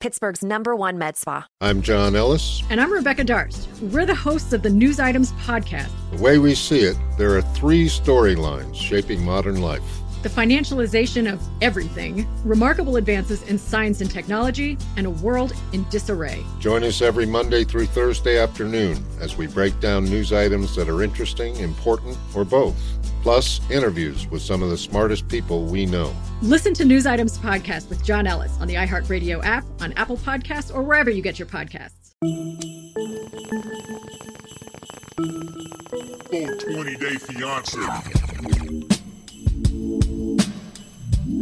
Pittsburgh's number one med spa. I'm John Ellis. And I'm Rebecca Darst. We're the hosts of the News Items Podcast. The way we see it, there are three storylines shaping modern life the financialization of everything, remarkable advances in science and technology, and a world in disarray. Join us every Monday through Thursday afternoon as we break down news items that are interesting, important, or both. Plus, interviews with some of the smartest people we know. Listen to News Items Podcast with John Ellis on the iHeartRadio app, on Apple Podcasts, or wherever you get your podcasts. Or 20 Day Fiance.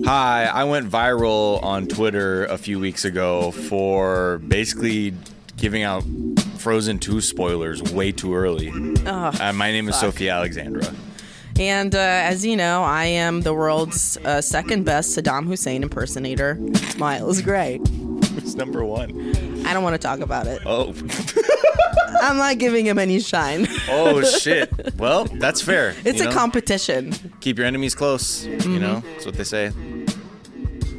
Hi, I went viral on Twitter a few weeks ago for basically giving out Frozen 2 spoilers way too early. Oh, Uh, my name is fuck. Sophia Alexandra. And uh, as you know, I am the world's uh, second best Saddam Hussein impersonator. Miles Gray. It's number one. I don't want to talk about it. Oh, I'm not giving him any shine. oh shit. Well, that's fair. It's you a Mm-hmm. know? competition. Keep your enemies close. You know, that's what they say.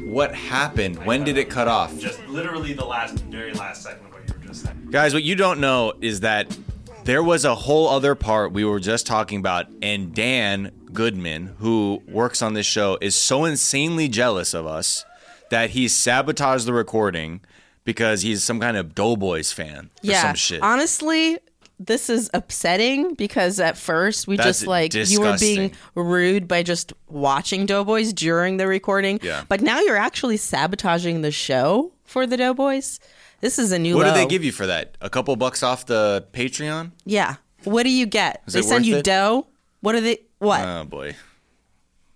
What happened? When did it cut off? just literally the last, very last second of what you were just saying. Guys, what you don't know is that there was a whole other part we were just talking about, and Dan Goodman, who works on this show, is so insanely jealous of us that he sabotaged the recording because he's some kind of Doughboys fan or yeah. some shit. Honestly, this is upsetting because at first we That's just like you were being disgusting. rude by just watching Doughboys during the recording. Yeah. But now you're actually sabotaging the show for the Doughboys. This is a new what do low. they give you for that? A couple bucks off the Patreon? Yeah. What do you get? Is they it send worth you it? dough. What are they? What? Oh boy.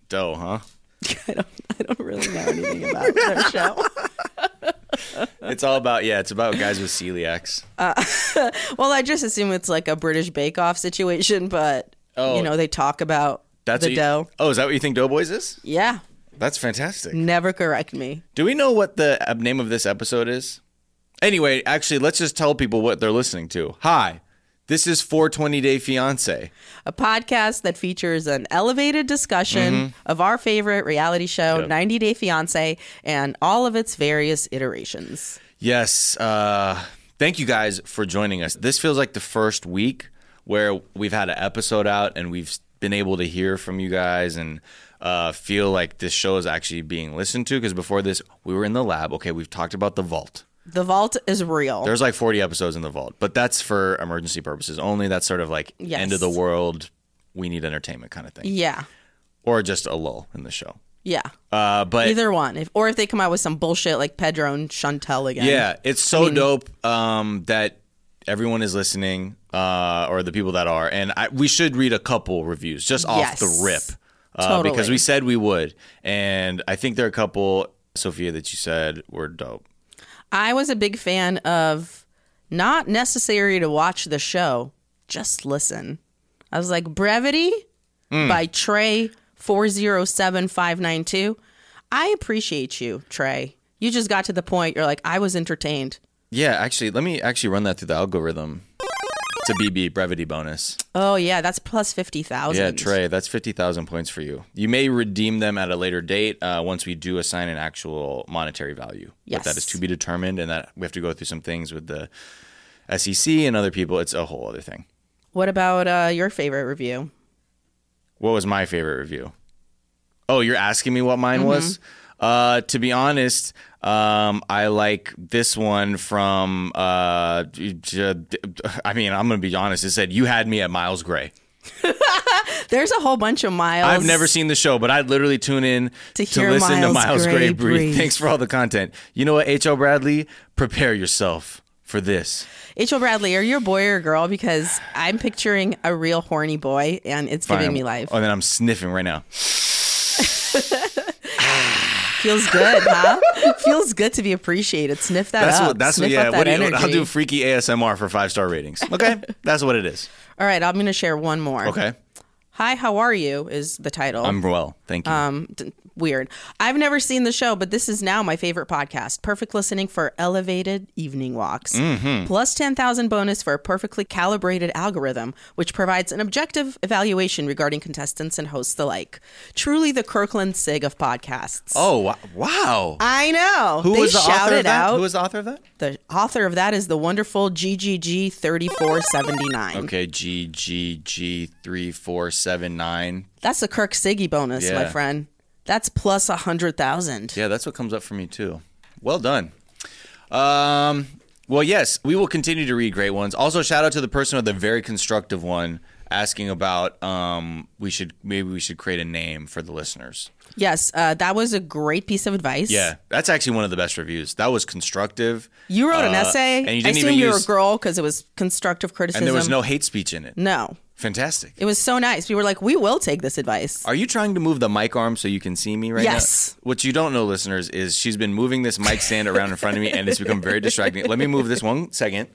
Dough, huh? I don't. I don't really know anything about their show. It's all about yeah, it's about guys with celiacs. Uh, Well, I just assume it's like a British Bake Off situation, but Oh. you know they talk about That's the what you- dough. Oh, is that what you think Doughboys is? Yeah. That's fantastic. Never correct me. Do we know what the uh, name of this episode is? Anyway, actually, let's just tell people what they're listening to. Hi, this is 420 Day Fiance. A podcast that features an elevated discussion Mm-hmm. of our favorite reality show, 90 Day Fiance, and all of its various iterations. Yes, uh, thank you guys for joining us. This feels like the first week where we've had an episode out and we've been able to hear from you guys and uh, feel like this show is actually being listened to. Because before this, we were in the lab. Okay, we've talked about the vault. The vault is real. There's like 40 episodes in the vault, but that's for emergency purposes only. That's sort of like Yes. end of the world, we need entertainment kind of thing. yeah. or just a lull in the show. Yeah. Uh, but Either one. If or if they come out with some bullshit like Pedro and Chantel again. yeah, it's so dope um, that everyone is listening, uh, or the people that are, and I, we should read a couple reviews just off Yes. the rip uh, Totally. because we said we would, and I think there are a couple Sophia that you said were dope. I was a big fan of not necessary to watch the show, just listen. I was like Brevity Hmm. by Trey 407592. I appreciate you, Trey. You just got to the point you're like I was entertained. Yeah, actually, let me actually run that through the algorithm. It's a BB brevity bonus. Oh yeah, that's plus 50,000. Yeah, Trey, that's 50,000 points for you. You may redeem them at a later date uh, once we do assign an actual monetary value. But that Yes. is to be determined, and that we have to go through some things with the SEC and other people. It's a whole other thing. What about uh, your favorite review? What was my favorite review? Oh, you're asking me what mine was? Uh, to be honest, um, I like this one from, uh, j- I mean, I'm going to be honest. It said, You had me at Miles Gray. There's a whole bunch of miles. I've never seen the show, but I'd literally tune in To to, hear listen to Miles Miles Gray Gray, breathe. breathe. Thanks for all the content. You know what, H.O. Bradley? Prepare yourself for this. H.L. Bradley, are you a boy or a girl? Because I'm picturing a real horny boy, and it's Fine, giving Oh, I'm- me life. Oh, then I'm sniffing right now. feels good, huh? feels good to be appreciated. Sniff that That's up. what. That's what. Sniff Yeah. up What do that you, I'll energy. do freaky ASMR for five star ratings. Okay. that's what it is. All right, I'm going to share one more. Okay. Hi, how are you? Is the title. I'm well. Thank you. Um, d- weird. I've never seen the show, but this is now my favorite podcast. Perfect listening for elevated evening walks. Mm-hmm. Plus 10,000 bonus for a perfectly calibrated algorithm, which provides an objective evaluation regarding contestants and hosts alike. Truly the Kirkland Sig of podcasts. oh wa- wow. I know. Who they was the author shouted of that? out. Who was the author of that? the author of that is the wonderful GGG 3479. Okay. G G G three four seven nine. That's a Kirk Siggy bonus, my Yeah. friend. That's plus 100,000. Yeah, that's what comes up for me too. Well done. Um, well, yes, we will continue to read great ones. Also, shout out to the person with the very constructive one asking about um, we should maybe we should create a name for the listeners. Yes, uh, that was a great piece of advice. Yeah, that's actually one of the best reviews. That was constructive. You wrote an Uh, essay. and you I didn't assume even you were a use- girl because it was constructive criticism. and there was no hate speech in it. No. Fantastic. It was so nice. We were like, we will take this advice. Are you trying to move the mic arm so you can see me right now? Yes. What you don't know, listeners, is she's been moving this mic stand around in front of me, and it's become very distracting. Let me move this one second.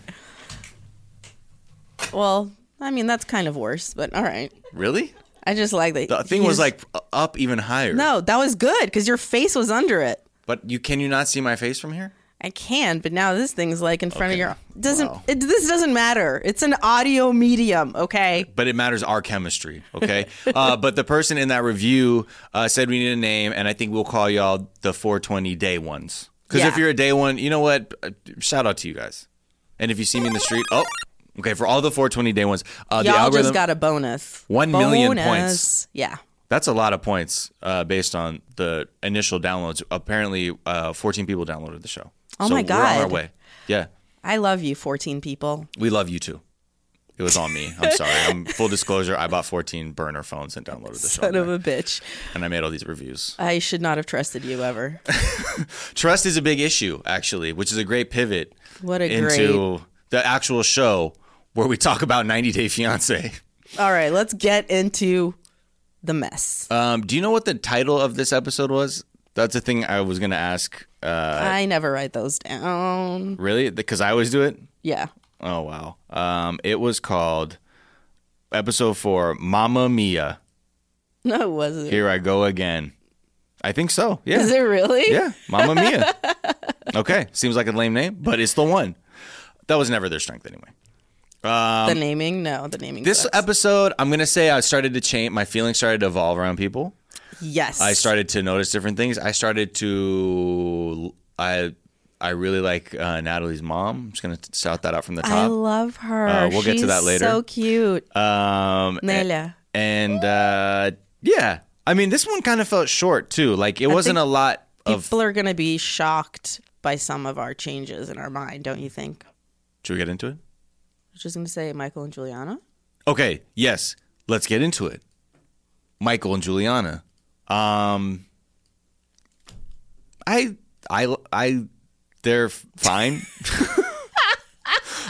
Well, I mean, that's kind of worse, but all right. Really? I just like that. The thing you was just- like up even higher. no, that was good because your face was under it. But you can you not see my face from here? I can, but now this thing's like in Okay. front of your doesn't. Wow. It, this doesn't matter. It's an audio medium, okay? But it matters our chemistry, okay? uh, but the person in that review uh, said we need a name, and I think we'll call y'all the 420 day ones. Because if Yeah. you're a day one, you know what? Uh, Shout out to you guys. And if you see me in the street, oh, okay, for all the 420 day ones, uh, the Y'all algorithm. just got a bonus. One million Bonus. points. Yeah. That's a lot of points uh, based on the initial downloads. Apparently, uh, 14 people downloaded the show. Oh So my We're on our God. way. Yeah. I love you, 14 people. We love you too. It was on me. I'm sorry. I'm full disclosure. I bought 14 burner phones and downloaded the Son show, of a bitch. and I made all these reviews. I should not have trusted you ever. Trust is a big issue, actually, which is a great pivot What a into the actual show where we talk about 90 Day Fiance. All right, let's get into the mess. Um, do you know what the title of this episode was? That's the thing I was going to ask. Uh, I never write those down. really? Because I always do it. Yeah. Oh wow. Um, it was called episode four, Mama Mia. No, it wasn't. Here I go again. I think so. Yeah. Is it really? Yeah, Mamma Mia. okay, seems like a lame name, but it's the one. That was never their strength anyway. the naming? No, the naming. Um, This sucks. episode, I'm gonna say I started to change. My feelings started to evolve around people. yes. I started to notice different things. I started to I I really like uh, Natalie's mom. I'm just gonna shout that out from the I top. love her. Uh, we'll get to She's that later. So cute. Um, Nela. and uh, yeah, I mean this one kind of felt short too. Like it wasn't a lot of. People are gonna be shocked by some of our changes in our mind, don't you think? I Should we get into it? was just gonna say Michael and Juliana. Okay, yes. Let's get into it. Michael and Juliana. Um I I I they're f- fine.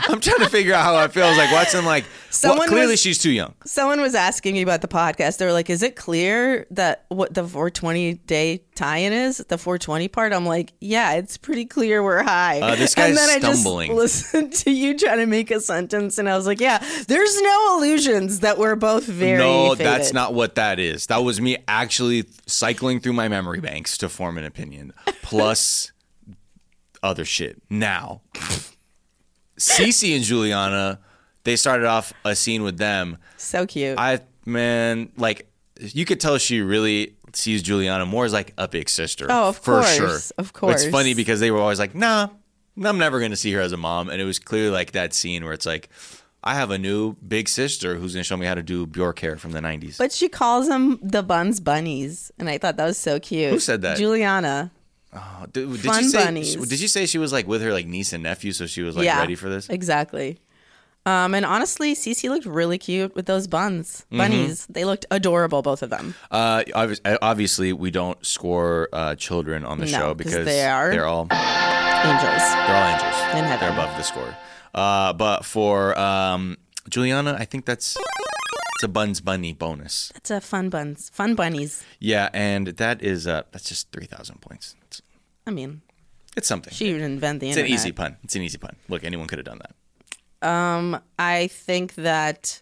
I'm trying to figure out how I feel. I was like watching like well, Someone clearly was- she's too young. Someone was asking me about the podcast. They were like, "Is it clear that what the 420 day tie-in is? The 420 part?" I'm like, "Yeah, it's pretty clear we're high." Uh, this and guy's then stumbling. I just listened to you trying to make a sentence, and I was like, "Yeah, there's no illusions that we're both very." no, that's faded." not what that is. That was me actually cycling through my memory banks to form an opinion plus other shit. Now, Cece and Juliana, they started off a scene with them so cute. I man, like you could tell she really sees Juliana more as like a big sister. Oh, of for course, sure, of course. It's funny because they were always like, "Nah, I'm never gonna see her as a mom," and it was clearly like that scene where it's like, "I have a new big sister who's gonna show me how to do Bjork hair from the '90s." but she calls them the buns bunnies, and I thought that was so cute. Who said that? Juliana. Oh, did, did fun you say, bunnies. Did you say she was like with her like niece and nephew, so she was like ready for this? Exactly. Um, and honestly, Cece looked really cute with those buns, Mm-hmm. bunnies. They looked adorable, both of them. Uh, obvi- uh, obviously, we don't score uh, children on the No, show 'cause because they are- they're all Angels. They're all angels. In heaven. They're above the score. Uh, but for um, Juliana, I think that's it's the Buns Bunny bonus. It's a fun buns, fun bunnies. Yeah, and that is uh that's just three thousand points. It's, I mean, it's something. she didn't invent the it's an internet. easy pun. It's an easy pun. Look, anyone could have done that. I think that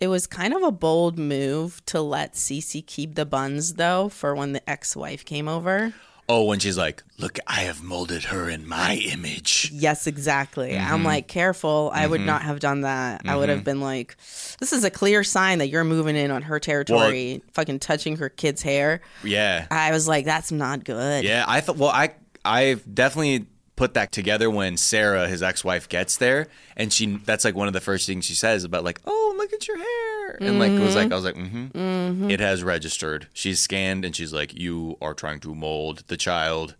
it was kind of a bold move to let Cece keep the buns though for when the ex-wife came over. Oh, when she's like, "Look, I have molded her in my image." Yes, exactly. Mm-hmm. I'm like, careful. I would not have done that. I would have been like, this is a clear sign that you're moving in on her territory, fucking touching her kid's hair. Yeah. I was like, that's not good. Yeah, I thought. Well, I I definitely put that together when Sarah, his ex-wife, gets there, and she that's like one of the first things she says about like, oh, look at your hair, and like it was like I was like, mm-hmm. it has registered. She's scanned, and she's like, you are trying to mold the child.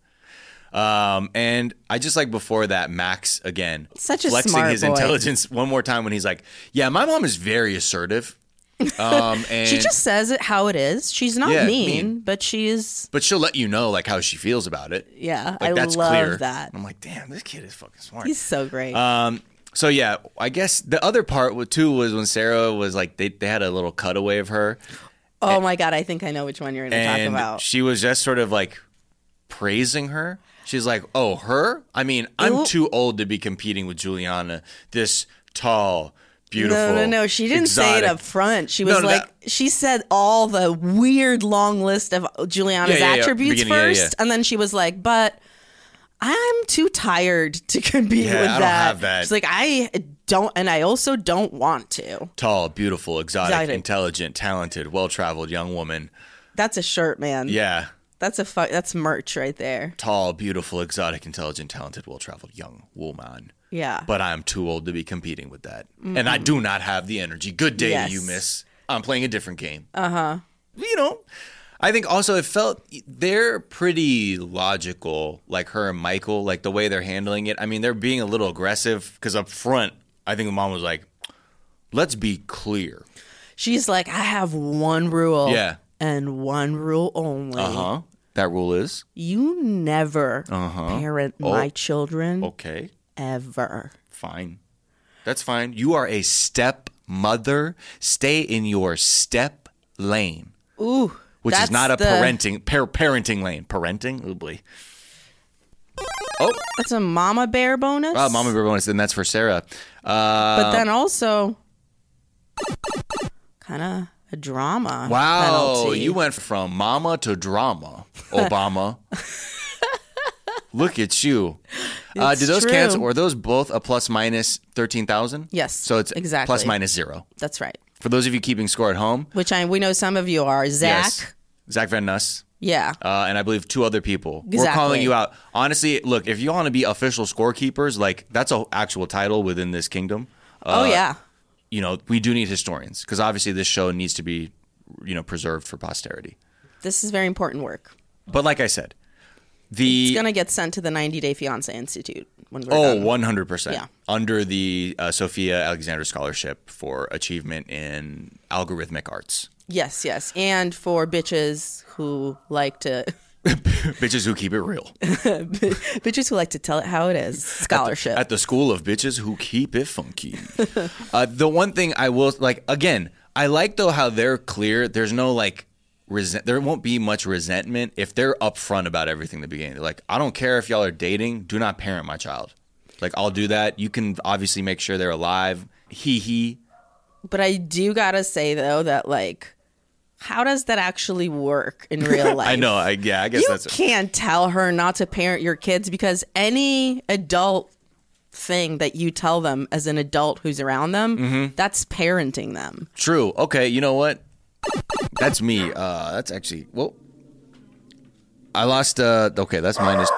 Um, and I just like before that, Max again Such a flexing smart his boy. intelligence one more time when he's like, yeah, my mom is very assertive. Um, and She just says it how it is. She's not Yeah, mean, mean. but she's but she'll let you know like how she feels about it. yeah. Like I that's love clear. Uh, that. I'm like, damn, this kid is fucking smart. He's so great. so yeah, I guess the other part wa- too was when Sarah was like they they had a little cutaway of her oh my god, I think I know which one you're going to talk and about. she was just sort of like praising her. She's like, "Oh, her? I mean, I'm Ew. too old to be competing with Juliana, this tall, beautiful." No, no, no. She didn't say it exotic- up front. She was no, like, that- she said all the weird long list of Yeah, Juliana's yeah, yeah. attributes Beginning, yeah, first, yeah. and then she was like, but. I'm too tired to compete Yeah, with I that. don't have that. She's like, I don't, and I also don't want to. Tall, beautiful, exotic, Exotic. intelligent, talented, well-traveled young woman. That's a shirt, man. Yeah, that's a fu- that's merch right there. tall, beautiful, exotic, intelligent, talented, well-traveled young woman. Yeah, but I'm too old to be competing with that. And I do not have the energy. Good day Yes. to you, miss. I'm playing a different game. Uh huh. You know, I think also it felt they're pretty logical, like her and Michael, like the way they're handling it. I mean, they're being a little aggressive because up front, I think the mom was like, let's be clear. she's like, I have one rule. Yeah. Uh-huh. and one rule only. huh. That rule is You never Uh-huh. parent Oh. my children okay, ever. fine. That's fine. You are a step mother. Stay in your step lane. Ooh, which that's is not a the- parenting par- parenting lane. Parenting, oh boy. Oh, That's a mama bear bonus. wow, Ah, mama bear bonus, and that's for Sarah. But Uh, then also, kind of a drama. wow, penalty. you went from mama to drama, Obama. Look at you. Uh, It's did those true. cancel? Were those both a plus minus thirteen thousand? Yes, So it's exactly. plus minus zero. That's right. For those of you keeping score at home, Which I we know some of you are. Zach. yes, Zach Van Nuss. Yeah. uh, and I believe two other people. We're Exactly. calling you out. Honestly, look, if you want to be official scorekeepers, like that's a actual title within this kingdom. Uh, oh yeah. You know, we do need historians because obviously this show needs to be, you know, preserved for posterity. This is very important work. But like I said, the It's gonna get sent to the 90 Day Fiance Institute when we're oh done. 100 percent Yeah. under the uh, Sophia Alexander Scholarship for achievement in algorithmic arts. Yes, yes, and for bitches who like to bitches who keep it real bitches who like to tell it how it is scholarship. at the school of bitches who keep it funky. uh, the one thing I will like again, I like though how they're clear. There's no like resent. There won't be much resentment if they're upfront about everything in the beginning. They're like, I don't care if y'all are dating. Do not parent my child. Like I'll do that. You can obviously make sure they're alive. Hee hee. But I do gotta say though that like, how does that actually work in real life? I know. I, yeah, I guess You that's can't tell her not to parent your kids because any adult thing that you tell them as an adult who's around them, Mm-hmm. that's parenting them. true. Okay, you know what? That's me. Uh, that's actually well. I lost. Uh, okay, that's minus.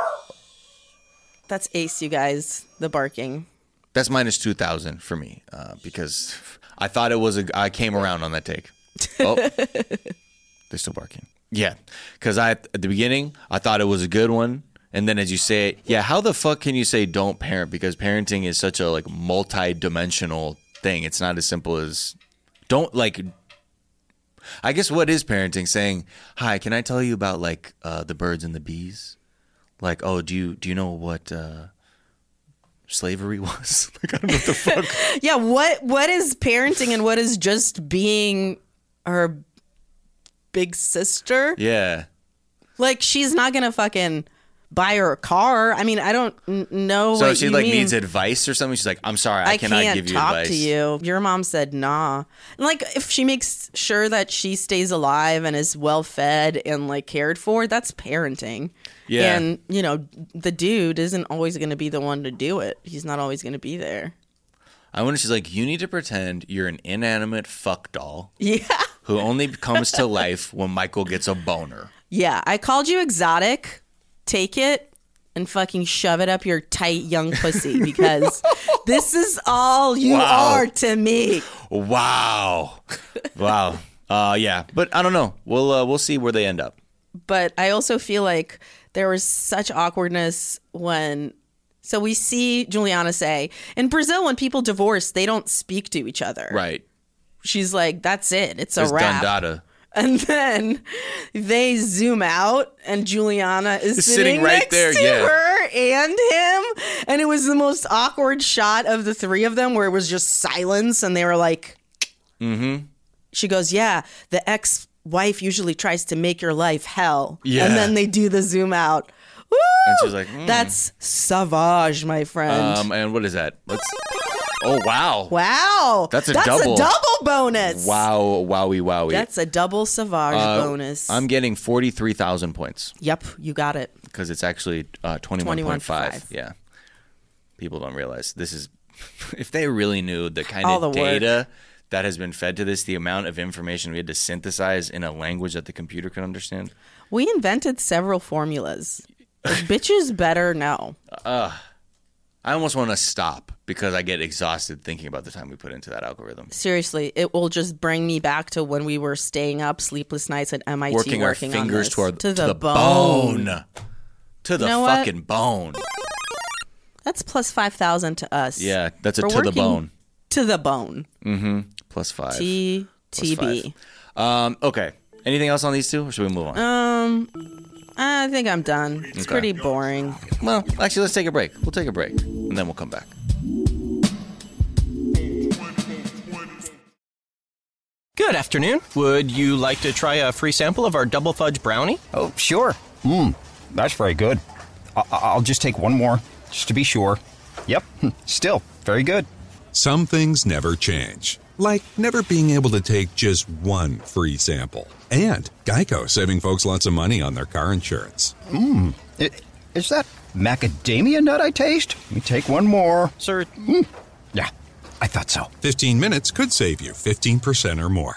That's Ace, you guys. The barking. That's minus two thousand for me uh, because I thought it was a. I came around on that take. Oh, they're still barking. Yeah, because I at the beginning I thought it was a good one, and then as you say it, yeah, how the fuck can you say don't parent? Because parenting is such a like multi-dimensional thing. It's not as simple as don't like. I guess what is parenting? Saying hi. Can I tell you about like uh, the birds and the bees? Like oh, do you do you know what? Uh, slavery was. like I don't know what the fuck. Yeah, what what is parenting and what is just being her big sister? Yeah. Like she's not gonna fucking buy her a car. I mean, I don't n- know. So what she you like mean. needs advice or something. She's like, I'm sorry, I, I cannot can't give you talk advice. to you. Your mom said nah. And like if she makes sure that she stays alive and is well fed and like cared for, that's parenting. Yeah. And you know, the dude isn't always going to be the one to do it. He's not always going to be there. I wonder. She's like, you need to pretend you're an inanimate fuck doll Yeah. who only comes to life when Michael gets a boner. Yeah, I called you exotic. Take it and fucking shove it up your tight young pussy because this is all you Wow. are to me. Wow. Wow. Uh, yeah, but I don't know. We'll uh, we'll see where they end up. but I also feel like there was such awkwardness when. So we see Juliana say, in Brazil, when people divorce, they don't speak to each other. Right. She's like, that's it. It's a There's wrap. Dundada And then they zoom out, and Juliana is Sitting sitting, right next there, to yeah. her and him. And it was the most awkward shot of the three of them where it was just silence, and they were like, mm-hmm. She goes, Yeah, the ex wife usually tries to make your life hell. Yeah. And then they do the zoom out. Woo! And she's like, mm. That's savage, my friend. Um, and what is that? Let's. Oh wow! wow. That's a That's double. a double bonus. Wow! Wowie! Wowie! That's a double savage Uh, bonus. I'm getting forty-three thousand points yep, you got it. because it's actually uh, twenty-one point five. 21.5. Yeah. People don't realize this is. If they really knew the kind All of the work. data that has been fed to this, the amount of information we had to synthesize in a language that the computer could understand. We invented several formulas. Like, bitches better know. I almost want to stop because I get exhausted thinking about the time we put into that algorithm. Seriously, it will just bring me back to when we were staying up sleepless nights at MIT working, working, our on fingers this. to, our, the, bone. To the know what? fucking bone. That's plus 5,000 to us. Yeah, that's a For to the working bone. To the bone. Plus five. T T B. um, okay. Anything else on these two, or should we move on? Uh, I think I'm done. It's pretty boring. well, actually, let's take a break. We'll take a break, and then we'll come back. Good afternoon. Would you like to try a free sample of our double fudge brownie? Oh, sure. Mmm, that's very good. I- I- I'll just take one more, just to be sure. Yep, hmm, still very good. Some things never change, like never being able to take just one free sample. And Geico saving folks lots of money on their car insurance. I- Is that macadamia nut I taste? Let me take one more. Hmm, Sir, Yeah, I thought so. 15 minutes could save you 15% or more.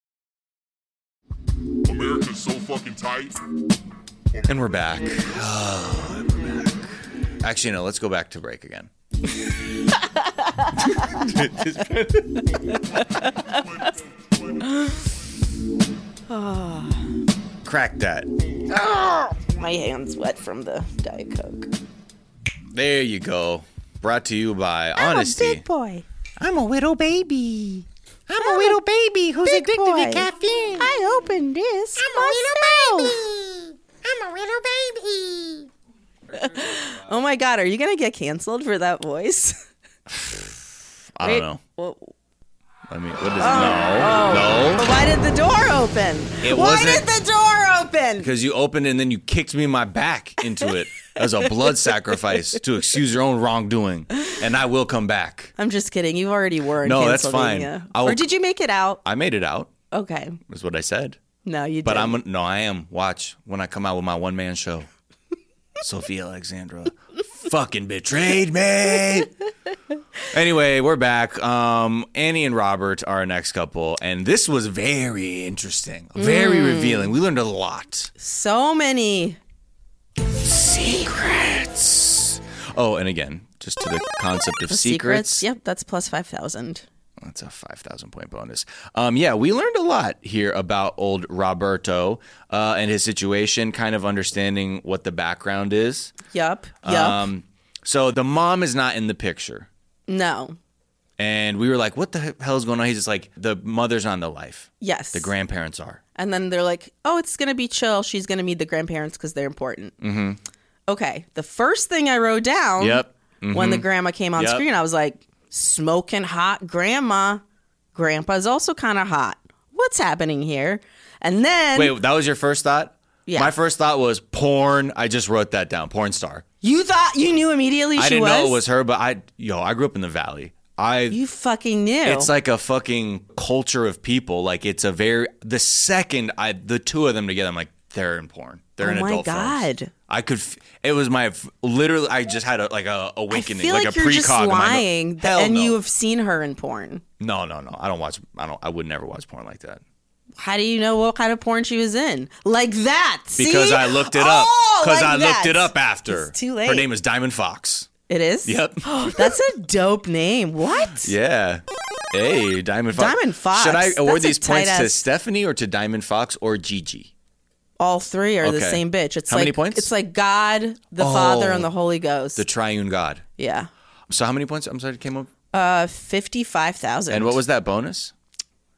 America's so fucking tight. And we're back. Oh, and we're back. Actually, no. Let's go back to break again. Crack that. My hand's wet from the Diet Coke. There you go. Brought to you by Honesty. Big boy. I'm a widow baby. I'm a little baby who's addicted to caffeine. I opened this. I'm a little baby. I'm a little baby. oh my god, are you gonna get canceled for that voice? I Wait, don't know. well- I mean, what is Oh. no, no? But why did the door open? It why wasn't- did the door open? Because you opened and then you kicked me in my back into it as a blood sacrifice to excuse your own wrongdoing, and I will come back. I'm just kidding. You already were. In No, that's Cancelvania. fine. I will- Or did you make it out? I made it out. Okay. Is what I said. No, you. But didn't. I'm no, I am. Watch when I come out with my one man show. Sophia Alexandra fucking betrayed me. Anyway, we're back. Um, Annie and Robert are our next couple, and this was very interesting, very revealing. We learned a lot. so many. Secrets. Oh, and again, just to the concept of The secrets. Yep, that's plus 5,000. That's a 5,000 point bonus. Um, yeah, we learned a lot here about old Roberto uh, and his situation, kind of understanding what the background is. Yup. Yup. Um, so the mom is not in the picture. no. And we were like, what the hell is going on? He's just like, the mother's on the life. Yes. The grandparents are. And then they're like, oh, it's going to be chill. She's going to meet the grandparents because they're important. Mm Okay. The first thing I wrote hmm. down Yep. when the Mhm. grandma came on Yep. screen, I was like, smoking hot grandma. Grandpa's also kind of hot. What's happening here? And then. Wait, that was your first thought? Yeah. My first thought was porn. I just wrote that down. Porn star. You thought you knew immediately she I didn't was? know it was her, but I yo, I grew up in the valley. I You fucking knew. It's like a fucking culture of people. Like it's a very the second I the two of them together, I'm like they're in porn. They're oh in my adult films. God. I could. f- It was my f- literally. I just had a like a awakening, feel like, like, a you're precog. just in my mi- lying that, Hell and no. you have seen her in porn. no, no, no. I don't watch. I don't. I would never watch porn like that How do you know what kind of porn she was in? Like that. See? because I looked it up. Oh, Because like I that. looked it up after. It's too late. Her name is Diamond Fox. It is? Oh, Yep. That's a dope name. What? Yeah. Hey, Diamond Fox. Diamond Fox. Should I award That's a these points to tight-ass- Stephanie or to Diamond Fox or Gigi? All three are the Okay. same bitch. It's How like many points? it's like God, the Father, Oh. and the Holy Ghost. The Triune God. yeah. So how many points? I'm sorry, it came up. Uh fifty five thousand. And what was that bonus?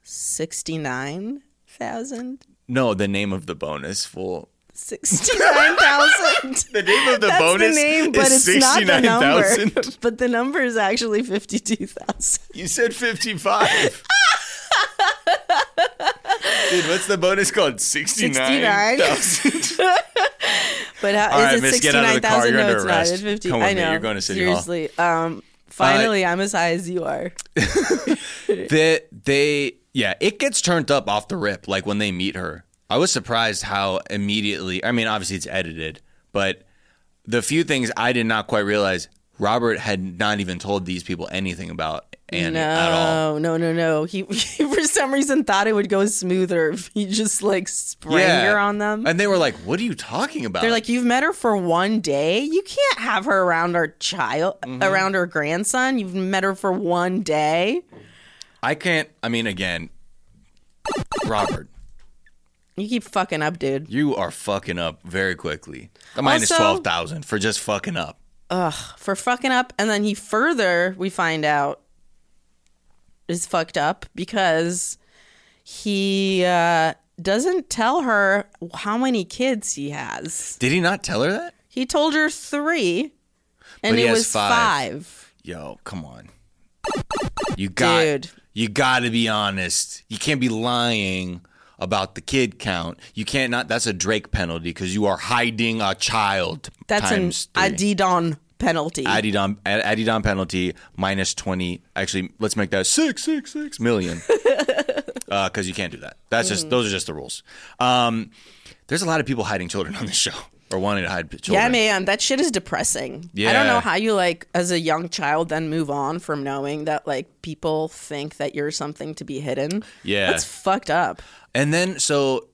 sixty nine thousand? No, the name of the bonus. Full. Sixty nine thousand. The name of the That's bonus the name, but is it's not the number. 69,000. but the number is actually fifty two thousand. You said 55. Dude, what's the bonus called? 69. 69. but how, All is right, it miss, get out of the car. 69,000? You're No, under it's not. arrest. It's 50. Come with I me. know. You're going to City Hall. Seriously. Um, finally, I'm as high as you are. That they, yeah, it gets turned up off the rip. Like when they meet her, I was surprised how immediately. I mean, obviously it's edited, but the few things I did not quite realize, Robert had not even told these people anything about Annie no, at all. no, no, no. He, he, for some reason, thought it would go smoother if he just like sprang her on them. and they were like, "What are you talking about?" They're like, you've met her for one day. You can't have her around our child, around her grandson. You've met her for one day. "I can't." I mean, again, Robert, You keep fucking up, dude. you are fucking up very quickly. A minus Also- twelve thousand for just fucking up. Ugh, for fucking up. And then he further, we find out, is fucked up because he uh, doesn't tell her how many kids he has. Did he not tell her that? He told her three, and But he it has was five. five. Yo, come on. You got Dude. you got to be honest. You can't be lying about the kid count. You can't not. That's a Drake penalty because you are hiding a child. That's an times three. Adidon penalty. Adidon Ad- Adidon penalty minus twenty. Actually, let's make that six six six million because you can't do that. That's Mm. just those are just the rules. Um, there's a lot of people hiding children on this show or wanting to hide children. Yeah, man, that shit is depressing. I Yeah. don't know how you like as a young child then move on from knowing that like people think that you're something to be hidden. Yeah. That's fucked up. And then so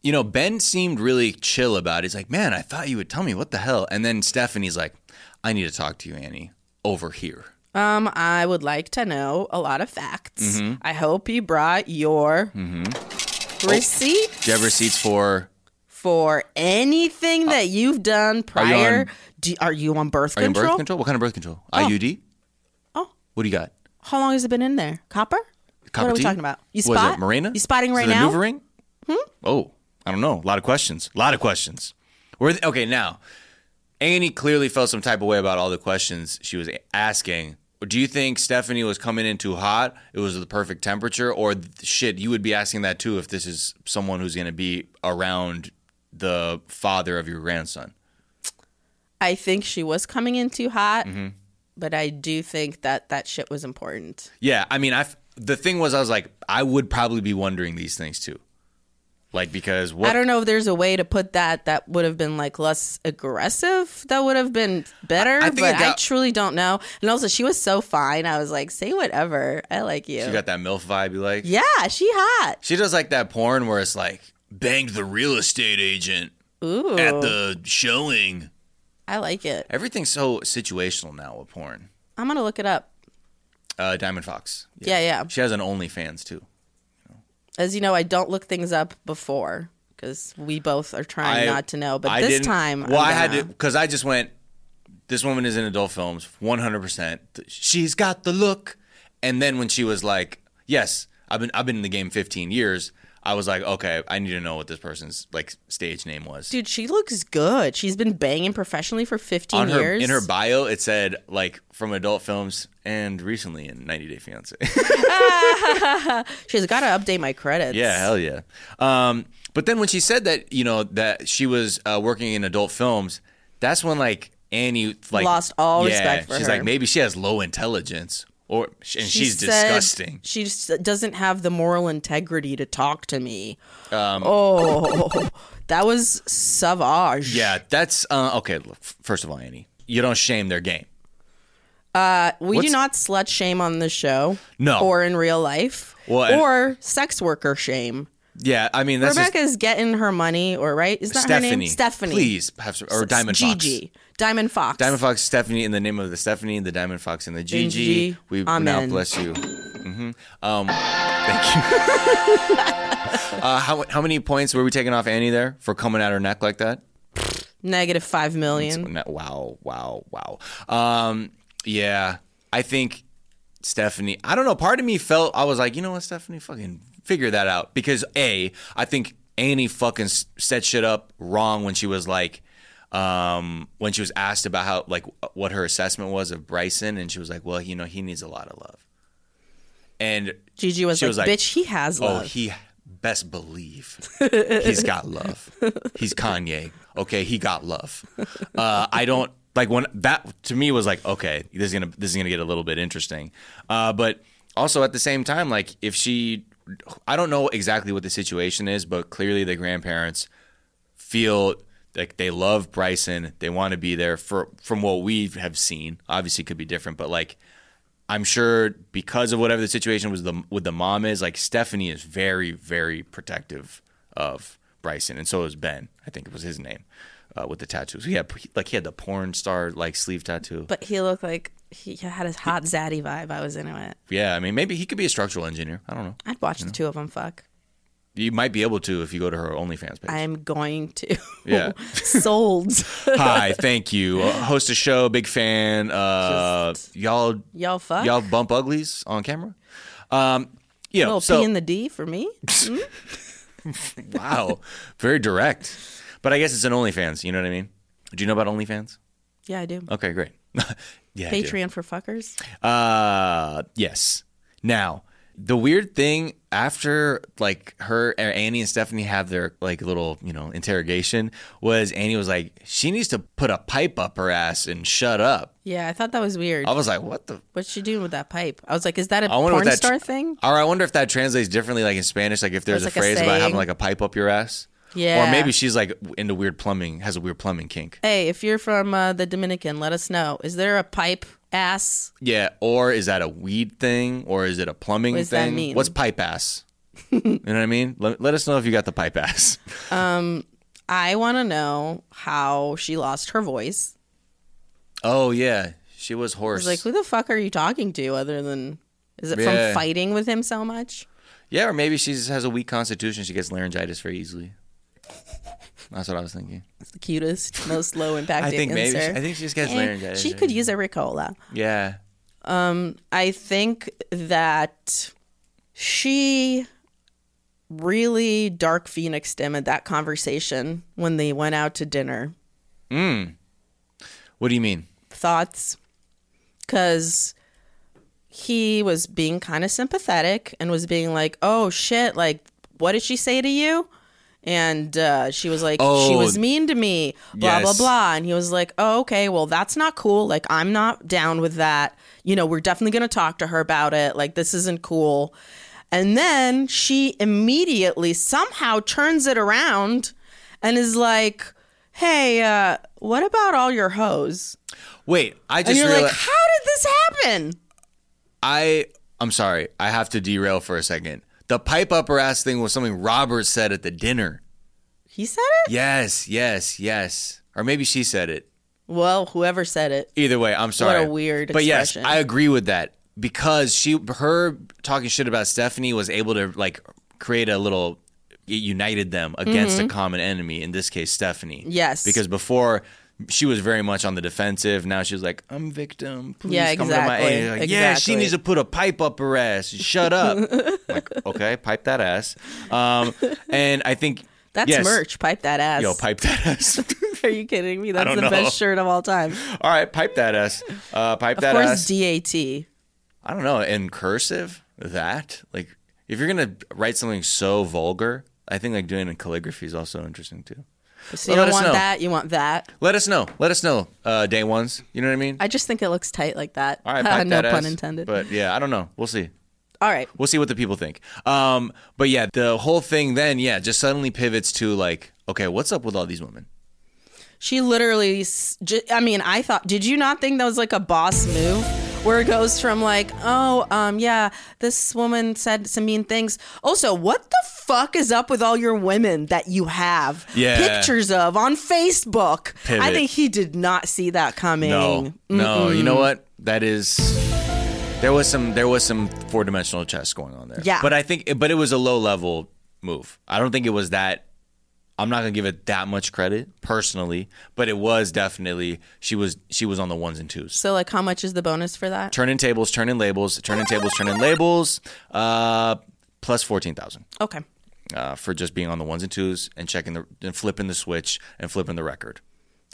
you know, Ben seemed really chill about it. He's like, Man, I thought you would tell me what the hell. And then Stephanie's like, I need to talk to you, Annie, over here. Um, I would like to know a lot of facts. Mhm. I hope you brought your Mm-hmm. receipt Do you have receipts for for anything that you've done Uh, are you on- prior. Do- Are you on, birth are you on control? birth control? What kind of birth control? IUD? Oh. What do you got? How long has it been in there? Copper? Copper what are we tea? talking about? You What spot? is it, Marina? You spotting Is right it a now? Hmm? NuvaRing? Oh, I don't know. A lot of questions. A lot of questions. Where the- okay, now Annie clearly felt some type of way about all the questions she was asking. Do you think Stephanie was coming in too hot? It was the perfect temperature, or th- shit? You would be asking that too if this is someone who's going to be around the father of your grandson. I think she was coming in too hot. Mm-hmm. but I do think that that shit was important. Yeah, I mean, I f- the thing was, I was like, I would probably be wondering these things too, like because what I don't know if there's a way to put that that would have been like less aggressive. That would have been better, I think but it got- I truly don't know. And also, she was so fine. I was like, say whatever. I like you. she got that milf vibe, you like? yeah, she hot. She does like that porn where it's like banged the real estate agent Ooh. at the showing. I like it. Everything's so situational now with porn. I'm gonna look it up. Uh, Diamond Fox. Yeah, yeah. She has an OnlyFans too. As you know, I don't look things up before because we both are trying I- not to know. But I this didn't- time, well, i I had to because I just went. This woman is in adult films, one hundred percent. She's got the look. And then when she was like, "Yes, I've been I've been in the game fifteen years," I was like, "Okay, I need to know what this person's like stage name was." Dude, she looks good. She's been banging professionally for 15 On her years. in her bio, it said like from adult films and recently in 90 Day Fiance. She's got to update my credits. Yeah, hell yeah. Um, but then when she said that, you know, that she was uh, working in adult films, that's when like Annie like Lost all yeah, respect for she's her. like maybe she has low intelligence or and she's said disgusting. She just doesn't have the moral integrity to talk to me. Um, Oh, that was savage. yeah, that's uh, okay. look, f- First of all, Annie, you don't shame their game. Uh, we What's- do not slut shame on the show. No. Or in real life. Well, and- or sex worker shame. Yeah, I mean that's just- Rebecca's getting her money, or right? Is that Stephanie. her name? Stephanie. Please have some, or S- Diamond Fox. Gigi. Diamond Fox. Diamond Fox, Stephanie, in the name of the Stephanie, the Diamond Fox, and the Gigi. Gigi. We now Amen. bless you. hmm Um, thank you. uh, how, how many points were we taking off Annie there for coming at her neck like that? Negative five million. No, Wow, wow, wow. Um, yeah, I think Stephanie. I don't know. Part of me felt I was like, you know what, Stephanie, fucking figure that out because a, I think Annie fucking s- set shit up wrong when she was like. Um, when she was asked about how, like, what her assessment was of Bryson, and she was like, "Well, you know, he needs a lot of love." And Gigi was she like, "Bitch, he has Oh, love." he best believe he's got love. He's Kanye. Okay, he got love. Uh, I don't like when that to me was like, okay, this is gonna this is gonna get a little bit interesting. Uh, but also at the same time, like if she, I don't know exactly what the situation is, but clearly the grandparents feel like they love Bryson. They want to be there for from what we have seen. Obviously, it could be different, but like I'm sure because of whatever the situation was the with the mom is like Stephanie is very very protective of Bryson, and so is Ben. I think it was his name uh, with the tattoos. He had like he had the porn star like sleeve tattoo. But he looked like he had a hot zaddy vibe. I was into it. yeah, I mean maybe he could be a structural engineer. I don't know. I'd watch the two of them fuck. You might be able to if you go to her OnlyFans page. I'm going to. Yeah. Sold. Hi, thank you. Uh, host a show, big fan. Uh, y'all, Y'all fuck? y'all bump uglies on camera. Um, you know, Little so P in the D for me. Hmm? wow, very direct. But I guess it's an OnlyFans. You know what I mean? Do you know about OnlyFans? Yeah, I do. Okay, great. Oh, yeah, I do. Patreon for fuckers. Uh, yes. Now, the weird thing after like her or Annie and Stephanie have their like little you know interrogation was Annie was like she needs to put a pipe up her ass and shut up. Yeah, I thought that was weird. I was like, what the? What's she doing with that pipe? I was like, is that a I wonder what porn that star tr- thing? Or I wonder if that translates differently, like in Spanish, like if there's There's, a like, a phrase about having saying. like a pipe up your ass. Yeah. Or maybe she's like into weird plumbing, has a weird plumbing kink. Hey, if you're from uh, the Dominican, let us know. Is there a pipe ass? Yeah. Or is that a weed thing? Or is it a plumbing What does that thing? mean? What's pipe ass? you know what I mean? Let, let us know if you got the pipe ass. Um, I want to know how she lost her voice. Oh yeah, she was I hoarse. was like, who the fuck are you talking to? Other than is it Yeah. from fighting with him so much? yeah, or maybe she just has a weak constitution. She gets laryngitis very easily. That's what I was thinking. It's the cutest, most low impact. I think maybe answer. she- I think she just gets Eh, laryngitis. She could use a Ricola. Yeah. Um, I think that she really dark phoenixed him at that conversation when they went out to dinner. Mm. What do you mean? Thoughts? Because he was being kind of sympathetic and was being like, "Oh shit! Like, what did she say to you?" And uh, she was like, "She Oh. was mean to me." Blah blah Yes. blah. And he was like, "Oh okay, well that's not cool. Like, I'm not down with that. You know, we're definitely gonna talk to her about it. Like, this isn't cool." And then she immediately somehow turns it around and is like, "Hey, uh, what about all your hoes?" Wait, I and just you're like, realized. "How did this happen?" I I'm sorry. I have to derail for a second. The pipe up her ass thing was something Robert said at the dinner. He said it. Yes, yes, yes. Or maybe she said it. Well, whoever said it. Either way, I'm sorry. What a weird But expression. yes, I agree with that because she her talking shit about Stephanie was able to like create a little it united them against Mhm. a common enemy in this case Stephanie. Yes. Because before she was very much on the defensive. Now she's like, I'm victim. Please Yeah, come to my exactly, aid. Like, Yeah, she exactly. needs to put a pipe up her ass. Shut up. I'm like, okay, pipe that ass. Um, and I think That's yes, merch. Pipe that ass. Yo, pipe that ass. Are you kidding me? That's don't the know. best shirt of all time. All right, pipe that ass. Uh, pipe Of that course, ass. DAT. I don't know, in cursive, that like if you're gonna write something so vulgar, I think like doing it in calligraphy is also interesting too. So Well, you let don't us want know. that. You want that. Let us know. Let us know, uh, day ones. You know what I mean? I just think it looks tight like that. All right, pipe no that pun ass. intended. But yeah, I don't know. We'll see. all right. We'll see what the people think. Um, but yeah, the whole thing then, yeah, just suddenly pivots to like, okay, what's up with all these women? She literally, s- j- I mean, I thought, did you not think that was like a boss move? Where it goes from like, oh, um, yeah, this woman said some mean things. Also, what the fuck is up with all your women that you have Yeah. pictures of on Facebook? I Pivot. think he did not see that coming. No, no. You know Mm-mm. what? That is. There was some. There was some four dimensional chess going on there. Yeah. But I think. But it was a low level move. I don't think it was that. I'm not gonna give it that much credit personally, but it was definitely she was she was on the ones and twos. So, like, how much is the bonus for that? Turning tables, turning labels, turning tables, turning labels. Uh, plus fourteen thousand Okay. uh, for just being on the ones and twos and checking the and flipping the switch and flipping the record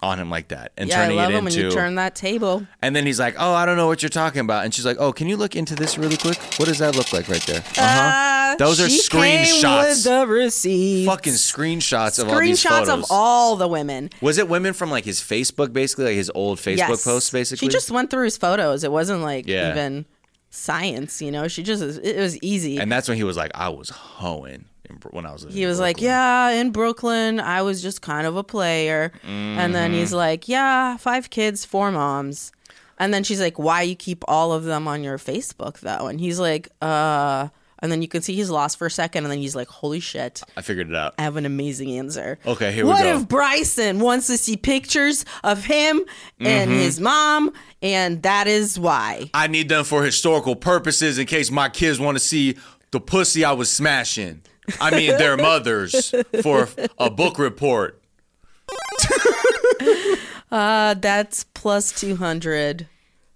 on him like that and yeah, I turning love it him when into you turn that table. and then he's like, "Oh, I don't know what you're talking about." And she's like, "Oh, can you look into this really quick? What does that look like right there?" Uh-huh. Those are she Came with screenshots. the receipts. Fucking screenshots of all these screenshots photos. of all the women. Was it women from like his Facebook, basically, like his old Facebook Yes. posts, basically? She just went through his photos. It wasn't like Yeah. even science, you know. She just it was easy. and that's when he was like, "I was hoeing in Bro- when I was." he was like, "Yeah, in Brooklyn, I was just kind of a player." And then Mm-hmm. he's like, "Yeah, five kids, four moms." And then she's like, "Why you keep all of them on your Facebook though?" And he's like, "Uh." And then you can see he's lost for a second, and then he's like, "Holy shit." "I figured it out." I have an amazing answer. Okay, here what we go. if Bryson wants to see pictures of him and Mhm. his mom, and that is why? I need them for historical purposes in case my kids want to see the pussy I was smashing. I mean, their mothers for a book report. Uh, that's plus 200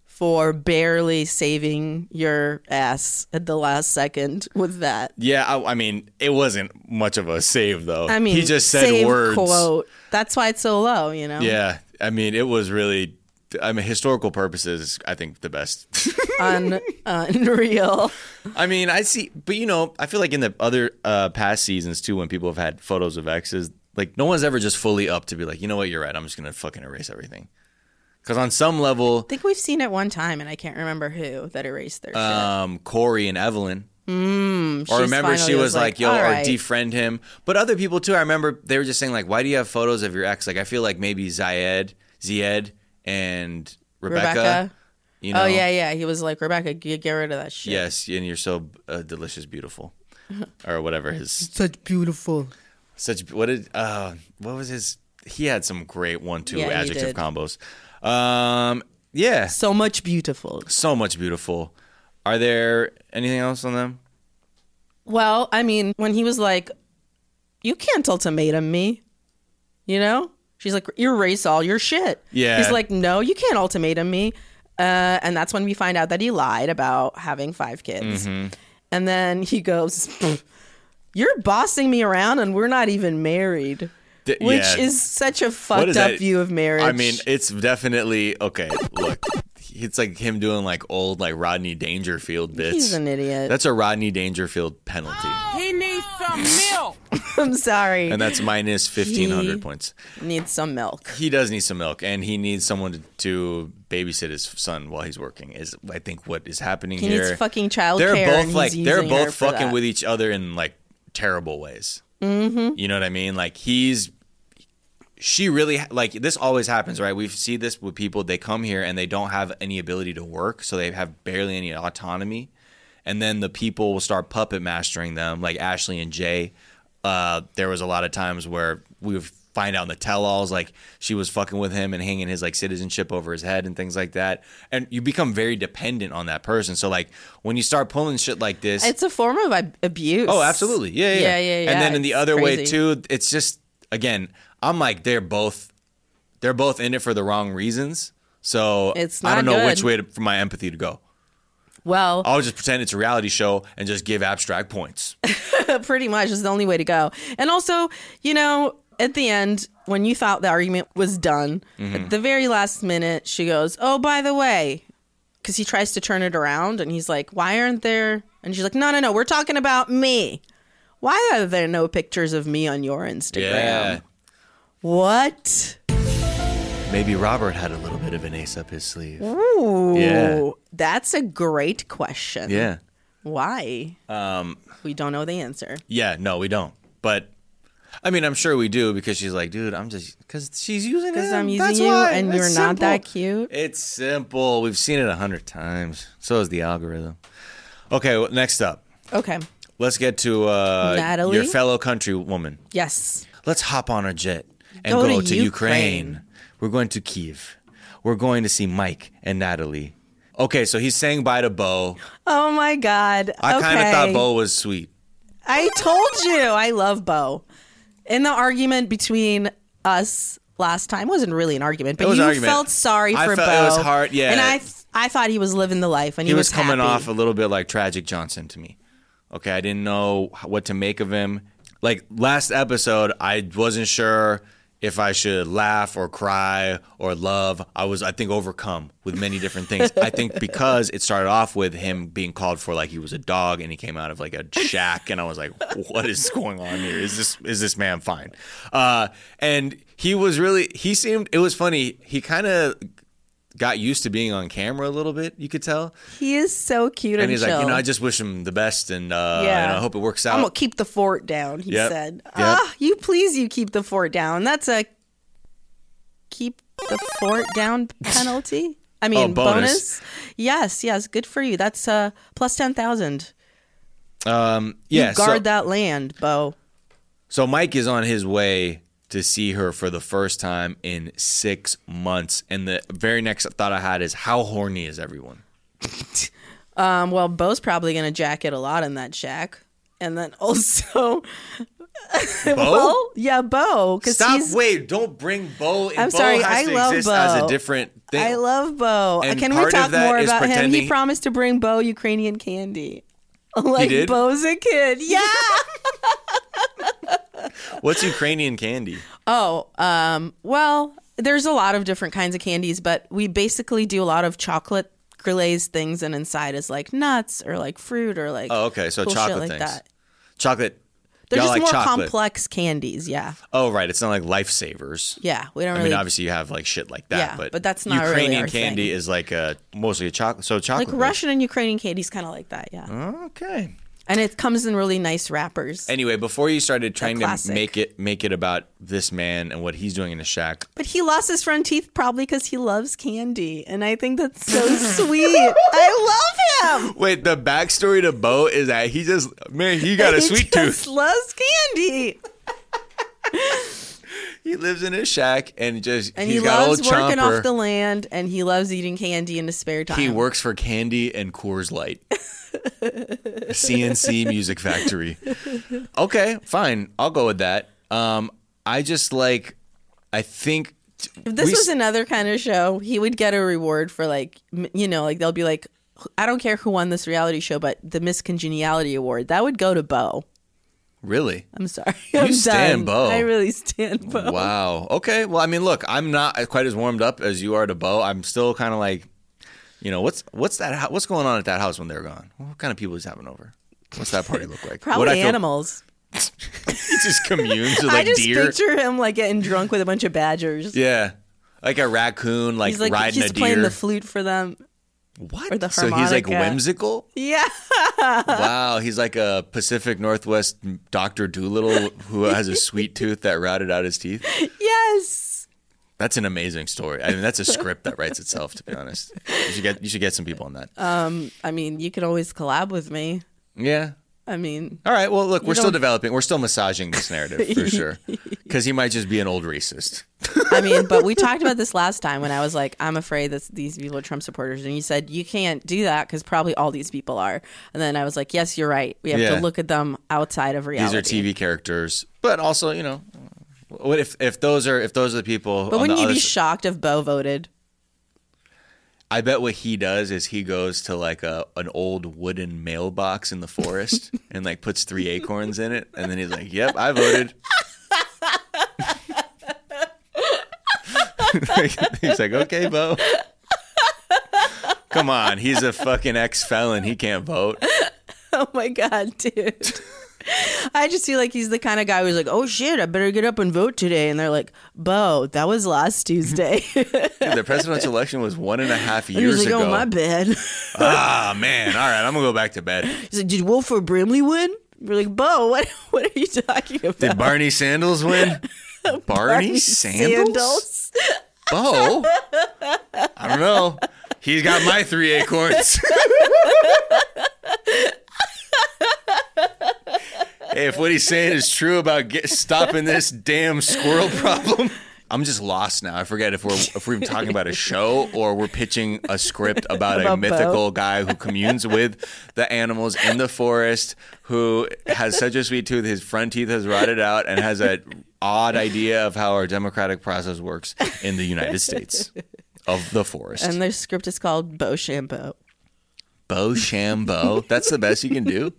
for barely saving your ass at the last second with that. Yeah, I, I mean, it wasn't much of a save though. I mean, he just said save words. Quote. That's why it's so low, you know? Yeah, I mean, it was really. I mean, historical purposes, I think the best. Un- unreal. I mean, I see, but you know, I feel like in the other uh, past seasons too, when people have had photos of exes, like no one's ever just fully up to be like, you know what, you're right. I'm just gonna fucking erase everything. Because on some level, I think we've seen it one time, and I can't remember who that erased their um, Corey and Evelyn. Mm, Or she's remember, she finally was like, "Yo, "All or right." defriend him." But other people too. I remember they were just saying like, "Why do you have photos of your ex?" Like, I feel like maybe Zayed, Zied, and Rebecca. Rebecca. You know, Oh yeah, yeah. He was like Rebecca, get, get rid of that shit. Yes, and you're so uh, delicious, beautiful, or whatever his Such beautiful. such. What did uh, what was his? He had some great one-two Yeah, he adjective did. combos. Um, yeah, so much beautiful. So much beautiful. Are there anything else on them? Well, I mean, when he was like, "You can't ultimatum me," you know, she's like, "Erase all your shit." Yeah. He's like, "No, you can't ultimatum me," uh, and that's when we find out that he lied about having five kids. Mm-hmm. And then he goes, "You're bossing me around, and we're not even married," D- which yeah. is such a What fucked up is that? view of marriage. I mean, it's definitely okay. Look, it's like him doing like old like Rodney Dangerfield bits. He's an idiot. Oh! That's a Rodney Dangerfield penalty, He needs some milk. I'm sorry. and that's minus fifteen He- hundred points. needs some milk. He does need some milk, and he needs someone to, to babysit his son while he's working. Is I think what is happening He here. needs fucking childcare. They're both and he's like they're using her both for fucking that. with each other in like terrible ways. Mhm. You know what I mean? Like he's she really like this always happens, right? We see this with people they come here and they don't have any ability to work, so they have barely any autonomy. And then the people will start puppet mastering them, like Ashley and Jay. Uh, there was a lot of times where we've find out in the tell-alls like she was fucking with him and hanging his like citizenship over his head and things like that and you become very dependent on that person so like when you start pulling shit like this It's a form of ab- abuse. Oh, absolutely. Yeah, yeah, yeah. yeah, And then in It's the other way crazy. too, it's just again, I'm like they're both they're both in it for the wrong reasons. So It's I don't not know which good. way to, for my empathy to go. Well, I'll just pretend it's a reality show and just give abstract points. Oh. pretty much is the only way to go. And also, you know, at the end, when you thought the argument was done, Mhm. at the very last minute, she goes, Oh, by the way, because he tries to turn it around and he's like, Why aren't there? And she's like, No, no, no, we're talking about me. Why are there no pictures of me on your Instagram? Yeah. What? Maybe Robert had a little bit of an ace up his sleeve. Ooh, Yeah. that's a great question. Yeah. Why? Um We don't know the answer. yeah, no, we don't. But I mean, I'm sure we do because she's like, dude, I'm just because she's using Because him. I'm using That's you why. and It's you're not simple. that cute. It's simple. We've seen it a hundred times. So is the algorithm. Okay, well, next up, Okay. let's get to uh, Natalie? your fellow countrywoman. Yes. Let's hop on a jet and Go go, to to, Ukraine. Ukraine. We're going to Kiev. We're going to see Mike and Natalie. Okay, so he's saying bye to Bo. Oh my God. I kind of thought Okay. Bo was sweet. I told you I love Bo. In the argument between us last time, it wasn't really an argument, but It was you an argument. felt sorry I for felt- Bo. it was hard- yeah. And I, th- I thought he was living the life, and He, he, was, coming happy. off a little bit like Tragic Johnson to me. Okay, I didn't know h- what to make of him. Like last episode, I wasn't sure if I should laugh or cry or love. I was, I think, overcome with many different things. I think because it started off with him being called for like he was a dog and he came out of like a shack, and I was like, "What is going on here? Is this is this man fine?" Uh, and he was really, he seemed. It was funny. He kind of got used to being on camera a little bit. You could tell He is so cute and, and he's chill. like, you know, I just wish him the best, and uh, Yeah. and I hope it works out. I'm gonna keep the fort down. He Yep. said, Yep. "Ah, you please, you keep the fort down." That's a keep the fort down penalty. I mean, Oh, bonus. Yes, yes, good for you. That's uh, plus ten thousand. um, yeah, you guard so, that land, Bo. so Mike is on his way to see her for the first time in six months, and the very next thought I had is, how horny is everyone? Um, well, Bo's probably going to jack it a lot in that shack. And then Bo? also, well, yeah, Bo. 'cause Stop! he's- Wait! Don't bring Bo. In. I'm Bo sorry, has I to love exist Bo. as a different thing. I love Bo. Uh, And Can we part of talk that more is about him? He pretending- promised to bring Bo Ukrainian candy. Like did? Bo's a kid. Yeah. What's Ukrainian candy? oh, um, well, there's a lot of different kinds of candies, but we basically do a lot of chocolate glazed things, and inside is like nuts or like fruit or like Oh, okay, so cool shit chocolate like things. that. Chocolate. They're Y'all like just more chocolate. complex candies. Yeah. Oh, right. It's not like lifesavers. Yeah, we don't I really- mean, obviously you have like shit like that, Yeah, but but that's not really Ukrainian our candy thing. is like a mostly a chocolate. So chocolate, Mm-hmm. like Russian and Ukrainian candy's kind of like that, yeah. Okay. And it comes in really nice wrappers. Anyway, before you started trying to classic. make it make it about this man and what he's doing in the shack, But he lost his front teeth probably because he loves candy, and I think that's so sweet. I love him. wait, the backstory to Bo is that he just man he got a He sweet just tooth. Loves candy, He lives in his shack and just and he's he got loves old working chomper. off the land, and he loves eating candy in his spare time. he works for Candy and Coors Light, CNC Music Factory. Okay, fine, I'll go with that. Um, I just like, I think If this we- was another kind of show, he would get a reward for like, m- you know, like they'll be like, I don't care who won this reality show, but the Miss Congeniality award that would go to Bo. really. I'm sorry. You I'm done. stand Bo. I really stand Bo. Wow. Okay. Well, I mean, look, I'm not quite as warmed up as you are to Bo. I'm still kind of like, you know, what's what's that? hou- What's going on at that house when they're gone? What kind of people is having over? What's that party look like? Probably Would I feel- animals. He just communes with I like just deer. picture him like getting drunk with a bunch of badgers. yeah, like a raccoon, like, he's like riding he's a playing deer. the flute for them. What? Or the so he's like harmonica. whimsical. Yeah. wow, he's like a Pacific Northwest Doctor Doolittle who has a sweet tooth that rotted out his teeth. yes. That's an amazing story. I mean, that's a script that writes itself. To be honest, you should get you should get some people on that. Um. I mean, you could always collab with me. Yeah. I mean, All right. Well, look, You we're still don't- developing. We're still massaging this narrative for sure. because he might just be an old racist. I mean, but we talked about this last time when I was like, I'm afraid that these people are Trump supporters. And you said, you can't do that because probably all these people are. And then I was like, yes, you're right. We have Yeah. to look at them outside of reality. These are TV characters, but also you know, what if if those are if those are the people? but on wouldn't the you other be s- shocked if Bo voted? I bet what he does is he goes to like a an old wooden mailbox in the forest and like puts three acorns in it, and then he's like, "Yep, I voted." he's like, "Okay, Bo." Come on, he's a fucking ex felon. He can't vote. Oh my God, dude. I just feel like he's the kind of guy who's like, oh shit, I better get up and vote today. And they're like, Bo, that was last Tuesday. Dude, the presidential election was one and a half And he years was like, ago. oh, my bad. ah, man. All right, I'm gonna go back to bed. He's like, did Wilford Brimley win? We're like, Bo, what, what are you talking about? Did Barney Sandals win? Barney, Sandals? Sandals? Bo? I don't know. He's got my three acorns. hey, if what he's saying is true about get, stopping this damn squirrel problem, I'm just lost now. I forget if we're if we're talking about a show or we're pitching a script about, a About Bo. mythical guy who communes with the animals in the forest, who has such a sweet tooth his front teeth has rotted out, and has a odd idea of how our democratic process works in the United States of the forest. And their script is called Bo Shambo. Bo Shambo. That's the best you can do.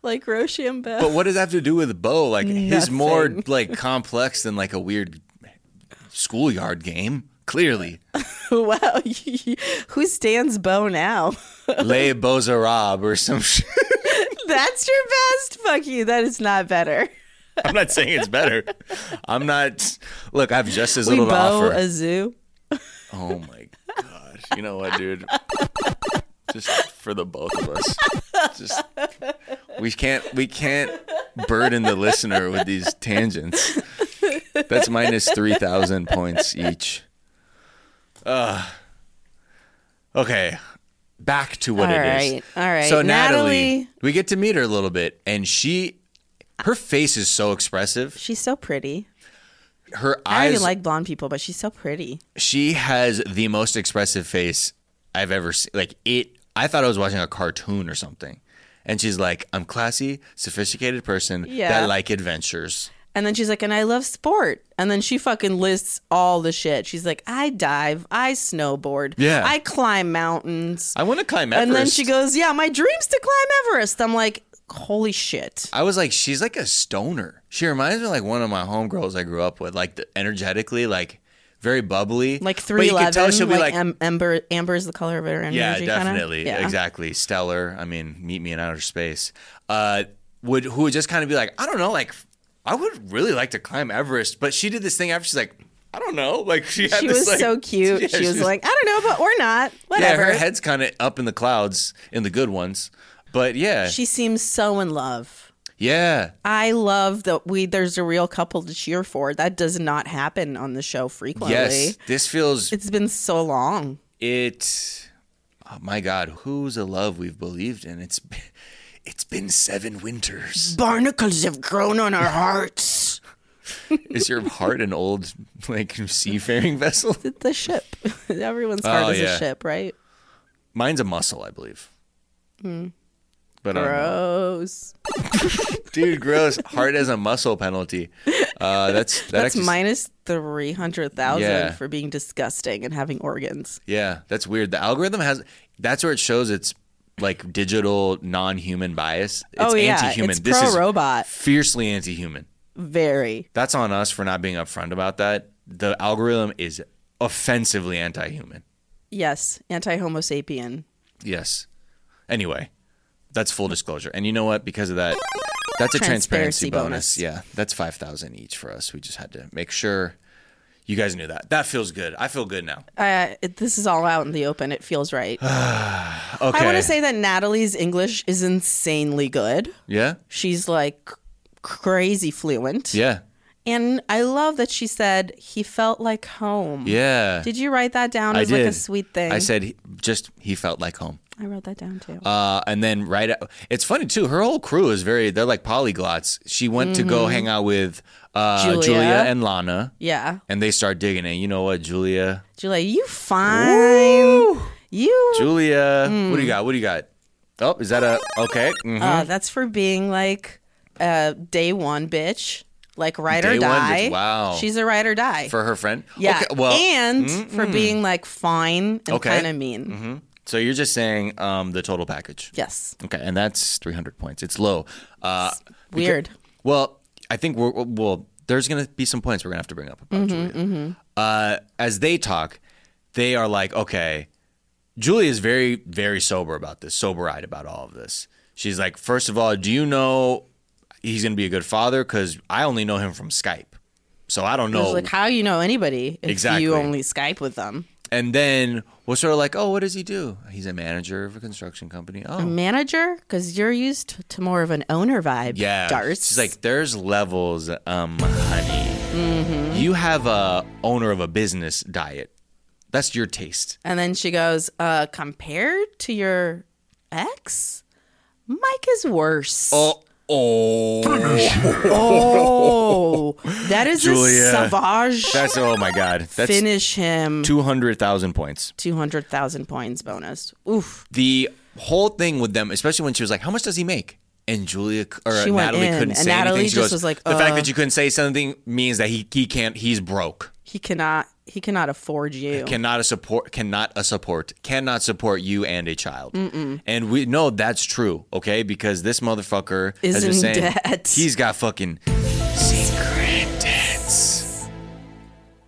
Like Rochambeau. But what does that have to do with Bo? Like he's more like complex than like a weird schoolyard game. Clearly, wow. Who stands Bo now? Les Beaux Arabes or some shit. That's your best? Fuck you. That is not better. I'm not saying it's better. I'm not. Look, I have just as we little to bow offer. a zoo. oh my gosh! You know what, dude? Just for the both of us, just we can't we can't burden the listener with these tangents. That's minus three thousand points each. Uh, okay, back to what All it is. right, all right. So Natalie, Natalie- we get to meet her a little bit, and she, her face is so expressive. She's so pretty. Her I already eyes, like blonde people, but she's so pretty. she has the most expressive face I've ever seen. Like it, I thought I was watching a cartoon or something. And she's like, "I'm classy, sophisticated person Yeah. that like adventures." And then she's like, and I love sport. And then she fucking lists all the shit. She's like, I dive, I snowboard, Yeah. I climb mountains. I want to climb Everest. And then she goes, yeah, my dream's to climb Everest. I'm like, holy shit. I was like, she's like a stoner. She reminds me of like one of my homegirls I grew up with, like the, energetically, like very bubbly. Like But you can 311, tell she'll be like, like, em- amber, amber is the color of her energy. yeah, kinda? definitely, Yeah. exactly, stellar. I mean, meet me in outer space. Uh, would who would just kind of be like, I don't know, like I would really like to climb Everest, but she did this thing after she's like, I don't know, like she had She this, was like- so cute. Yeah, she was like, I don't know, but or not. yeah, Whatever. her head's kind of up in the clouds in the good ones, but yeah, She seems so in love. yeah, I love that we there's a real couple to cheer for. That does not happen on the show frequently. yes, this feels It's been so long. it oh my god who's a love we've believed in it's been, it's been seven winters Barnacles have grown on our hearts. is your heart an old like seafaring vessel the ship. Everyone's Oh, heart is yeah. a ship, right? mine's a muscle i believe Hmm. but I don't know. Gross. dude gross heart as a muscle penalty uh that's that That's actually- minus three hundred thousand Yeah. for being disgusting and having organs. yeah that's weird the algorithm has that's where it shows it's like digital non-human bias it's oh yeah, anti-human it's this pro is robot. fiercely anti-human Very. That's on us for not being upfront about that. The algorithm is offensively anti-human. Yes, anti Homo sapien. Yes. Anyway, that's full disclosure. And you know what? Because of that, that's a transparency, Transparency bonus. bonus. Yeah, that's five thousand each for us. We just had to make sure you guys knew that. That feels good. I feel good now. Uh, it, this is all out in the open. It feels right. Okay. I want to say that Natalie's English is insanely good. Yeah. She's like c- crazy fluent. Yeah. And I love that she said he felt like home. Yeah. Did you write that down I as did. like a sweet thing? I said he- just he felt like home. I wrote that down too. Uh, and then right, a- it's funny too. Her whole crew is very. They're like polyglots. She went to go Mhm. hang out with uh, Julia. Julia. and Lana, Yeah. and they start digging it. You know what, Julia? Julia, you fine. You. Julia, what do Mm. you got? What do you got? Oh, is that a okay? mhm. Uh, that's for being like a day one bitch, like ride Day or one bitch, die. wow. She's a ride or die. for her friend. yeah. Okay, well, and for mm-mm. being like fine and Okay. kind of mean. Mhm. So you're just saying um, the total package. Yes. Okay, and that's 300 points. It's low. Uh, beca- weird. well, I think we're well. There's gonna be some points we're gonna have to bring up. Mm-hmm, mm-hmm. Uh, as they talk, they are like, okay. Julia is very, very sober about this, sober eyed about all of this. She's like, first of all, do you know he's gonna be a good father? Because I only know him from Skype, so I don't It was know like how you know anybody if Exactly. you only Skype with them. And then we're sort of like, oh, what does he do? He's a manager of a construction company. A Oh, manager? Because you're used to more of an owner vibe. yeah. Darts. She's like, there's levels, um, honey. Mhm. You have a owner of a business diet. That's your taste. And then she goes, uh, compared to your ex, Mike is worse. Oh, oh, Oh, that is Julia. a savage. That's oh my god. That's Finish him. Two hundred thousand points. 200,000 points bonus. Oof. The whole thing with them, especially when she was like, "How much does he make?" And Julia c- or She went Natalie in, couldn't and say Natalie anything. She just goes, was like, "The fact uh." that you couldn't say something means that he he can't. He's broke." He cannot he cannot afford you. cannot a support cannot a support cannot support you and a child Mm-mm. and we know that's true okay because this motherfucker Is has been in saying debt. he's got fucking secret debts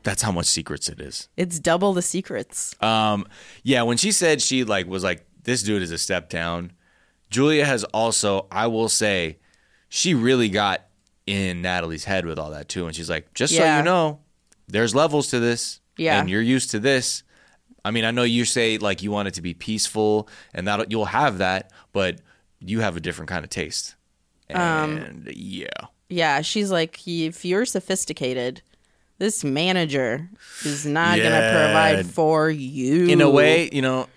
that's how much secrets it is It's double the secrets. um yeah when she said she like was like this dude is a step down julia has also i will say she really got in natalie's head with all that too and she's like just so Yeah. you know there's levels to this. Yeah. And you're used to this. I mean, I know you say like you want it to be peaceful and that you'll have that, but you have a different kind of taste. Um, And yeah. Yeah, she's like if you're sophisticated, this manager is not going to Yeah. provide for you. In a way, you know,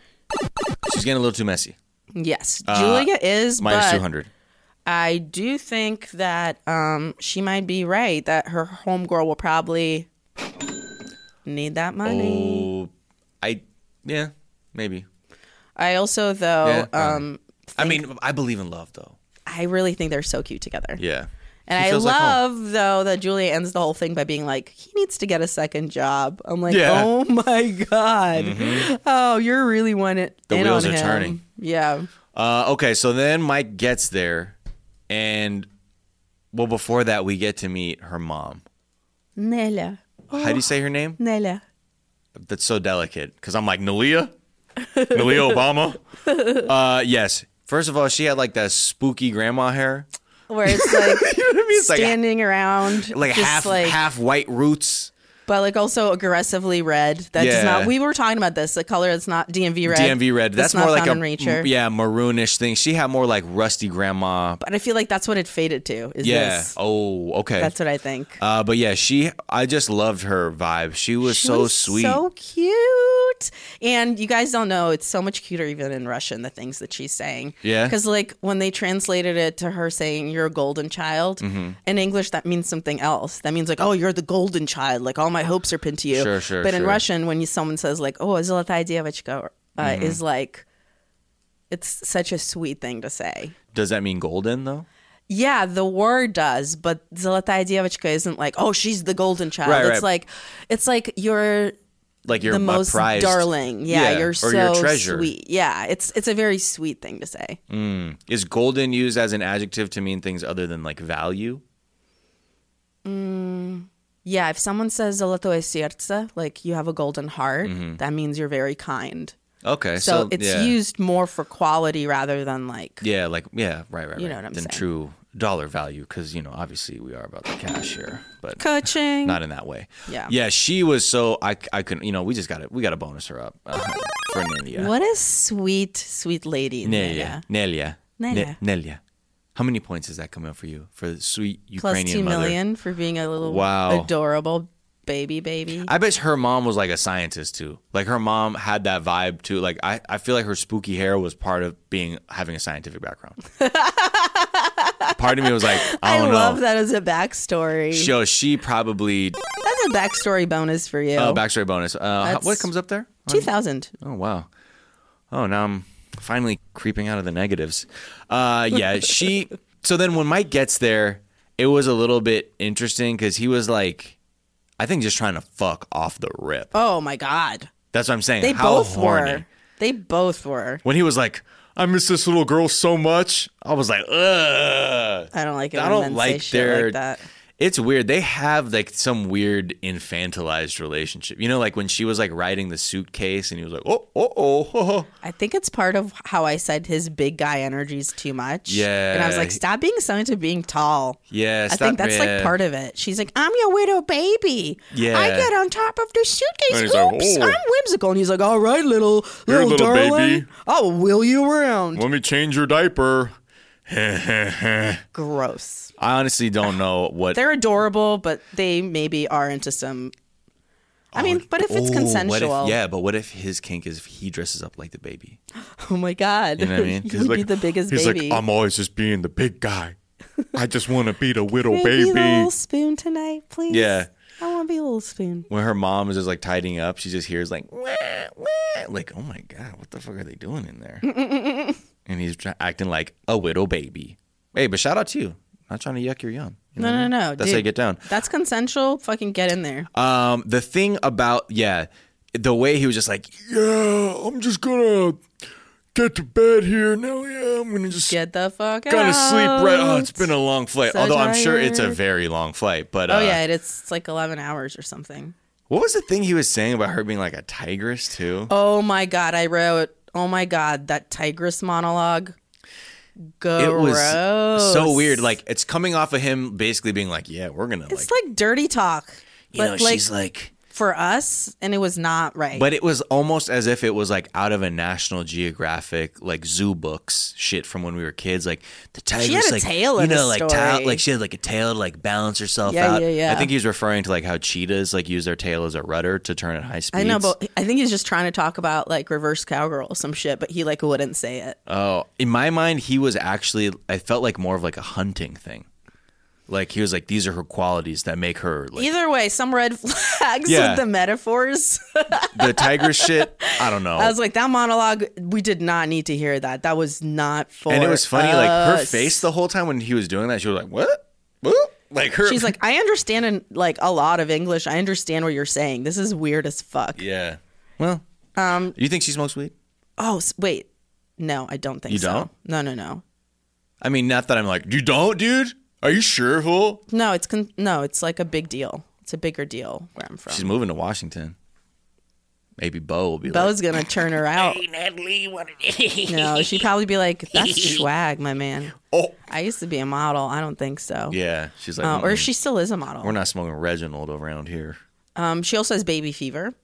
she's getting a little too messy. Yes, Uh, Julia is minus but 200. I do think that um, she might be right that her homegirl will probably need that money. Oh, I, yeah, maybe. I also though Yeah, um, I mean, I believe in love though. I really think they're so cute together. Yeah. And She I feels like home. love though that Julia ends the whole thing by being like, he needs to get a second job. I'm like, Yeah. oh my god, Mhm. oh you're really one it. The in wheels on are him. turning. Yeah, Uh, okay, so then Mike gets there, and well, before that, we get to meet her mom. Nella. How do you say her name? Nella? That's so delicate because I'm like Nalia, Nalia Obama. Uh, yes. First of all, she had like that spooky grandma hair, Where it's like It's like- standing around, like just half like half white roots, but like also aggressively red. That does Yeah. not. We were talking about this. The color that's not DMV red. DMV red. That's, not more like a found in nature. m- yeah maroonish thing. She had more like rusty grandma. But I feel like that's what it faded to. Is yeah. this? Oh, okay. That's what I think. Uh, but yeah, she. I just loved her vibe. She was She so was sweet. So cute. And you guys don't know, it's so much cuter even in Russian, the things that she's saying. Yeah. Because, like, when they translated it to her saying, You're a golden child, Mhm. in English, that means something else. That means, like, Oh, you're the golden child. Like, all my hopes are pinned to you. Sure, sure, But in sure. Russian, when you, someone says, like, Oh, золотая девочка, uh, Mhm. is like, it's such a sweet thing to say. Does that mean golden though? Yeah, the word does, but Zolotaya Dievchka isn't like, oh, she's the golden child. Right, it's right. like, it's like you're Like you're the my most prized- darling. Yeah, Yeah, you're or so your treasure. sweet. Yeah, it's it's a very sweet thing to say. Mm. Is golden used as an adjective to mean things other than like value? Mm, yeah, if someone says Zolotое сердце, like you have a golden heart, Mhm. that means you're very kind. Okay, so, so, it's yeah. used more for quality rather than like Yeah, like yeah, right, right, You right. know what I'm than saying. true dollar value because you know obviously we are about the cash here, but coaching. not in that way. Yeah. yeah. She was so I I couldn't. You know, we just got it. We got to bonus her up uh, for Nelia. What a sweet, sweet lady. Nelia, Nelia, Ne- Nelia. Nelia. How many points is that coming up for you for the sweet Plus Ukrainian two million mother? for being a little Wow. adorable baby, baby. I bet her mom was like a scientist too. Like her mom had that vibe too. Like I, I feel like her spooky hair was part of being having a scientific background. part of me was like, I I don't love know. that as a backstory. Yo, she probably That's a backstory bonus for you. oh backstory bonus. Uh, how- That's- what comes up there? 2000. Oh wow. Oh now I'm finally creeping out of the negatives. Uh yeah, she so then when Mike gets there, it was a little bit interesting because he was like I think just trying to fuck off the rip. Oh my god. That's what I'm saying. They How both horny. were. They both were. When he was like, I miss this little girl so much, I was like, ugh. I don't like it. I when don't men say like shit their like that. It's weird. They have like some weird infantilized relationship. You know, like when she was like riding the suitcase and he was like, oh, oh, oh, oh. I think it's part of how I said his big guy energy is too much. Yeah. And I was like, stop being so into being tall. Yeah, I stop- think that's yeah. like part of it. She's like, I'm your widow baby. Yeah. I get on top of the And suitcase. he's like, Oops, "Oh." I'm whimsical. And he's like, all right, little, Here, little, little darling. baby. I'll wheel you around. Let me change your diaper. I Gross. honestly don't know what. They're adorable, but they maybe are into some. I mean, but if it's Oh, what consensual. if- yeah, but what if his kink is if he dresses up like the baby? Oh my God. You know what I mean? You'd He's like- be the biggest he's baby. like, I'm always just being the big guy. I just want to be the widow Can I be baby. the little spoon tonight, please. "Oh, Yeah. I want to be a little spoon. When her mom is just like tidying up, she just hears like, "Wah, wah," like, oh my God, what the fuck are they doing in there? and he's try- acting like a widow baby. Hey, but shout out to you. Not trying to yuck your yum. You No, know what no, I mean? no. That's dude. how you get down. That's consensual. Fucking get in there. Um, the thing about yeah, the way he was just like, yeah, I'm just gonna get to bed here now. Yeah, I'm gonna just get the fuck out. gonna sleep right. Oh, it's been a long flight. So Although I'm sure it's a tired. very long flight. But uh, oh yeah, it- it's like eleven hours or something. what was the thing he was saying about her being like a tigress too? Oh my god, I wrote. Oh my god, that tigress monologue. Gross. It was so weird. Like it's coming off of him basically being like, "Yeah, we're gonna like." It's like dirty talk. You know, she's like- for us, and it was not right. But it was almost as if it was like out of a National Geographic like zoo books shit from when we were kids. Like the tigress, had a like tail you in know, the like tail, story. like she had like a tail to like balance herself Yeah, out. yeah, yeah. I think he was referring to like how cheetahs like use their tail as a rudder to turn at high speeds. I know, but I think he's just trying to talk about like reverse cowgirl or some shit, but he like wouldn't say it. Oh, in my mind, he was actually. I felt like more of like a hunting thing. Like he was like, these are her qualities that make her like Either way, some red flags Yeah. with the metaphors. the tiger shit. I don't know. I was like, that monologue, we did not need to hear that. That was not for and it was funny, like her us. face the whole time when he was doing that, she was like, "What? What?" Like her. She's like, I understand in, like a lot of English. I understand what you're saying. This is weird as fuck. "Yeah." Well, Um. you think she smokes weed? Oh s- wait, no, I don't think You so. don't? No, no, no, I mean, not that I'm like, you don't, dude. Are you sure, fool? no. It's con- no. It's like a big deal. It's a bigger deal where I'm from. She's moving to Washington. Maybe Bo will be Bo's like, gonna turn her out. no, she'd probably be like, "That's swag, my man." Oh, I used to be a model. I don't think so. yeah. She's like, Uh, or "Mm-mm. she still is a model. We're not smoking Reginald around here. Um, she also has baby fever.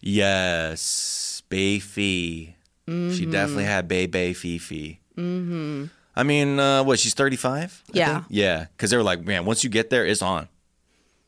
Yes, Bayfie. She Mhm. definitely had Bay Bay Fifi. Mm-hmm. I mean, uh, what? She's 35. I Yeah. think? Yeah, because they were like, man, once you get there, it's on.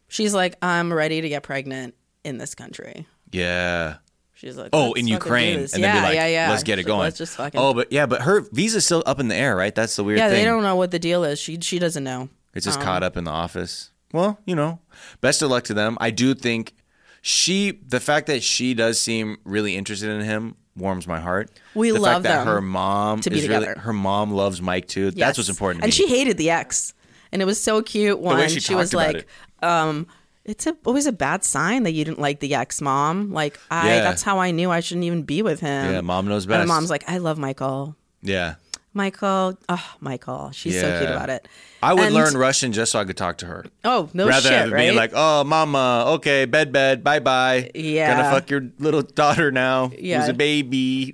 She's like, I'm ready to get pregnant in this country. Yeah. She's like, oh, "Let's in fucking do Ukraine, and this." then yeah, be like, yeah, yeah. let's get it She's like, going. Let's just fucking. Oh, but yeah, but her visa's still up in the air, right? That's the weird yeah, thing. they don't know what the deal is. She she doesn't know. It's just Um, caught up in the office. Well, you know, best of luck to them. I do think she, the fact that she does seem really interested in him, warms my heart. We the love fact that them her mom to be is really together. her mom loves Mike too. That's Yes. what's important. To And me. she hated the ex, and it was so cute. way One, she she, talked was about like, um, "It's a, always a bad sign that you didn't like the ex, mom. Like, I Yeah. that's how I knew I shouldn't even be with him. Yeah, mom knows And best. the mom's like, I love Michael. yeah, Michael, oh Michael, she's so cute Yeah. about it. I would And- learn Russian just so I could talk to her. Oh no Rather shit, than right? being like, "Oh, mama, okay, bed, bed, bye, bye." Yeah. gonna fuck your little daughter now. Yeah. who's a baby,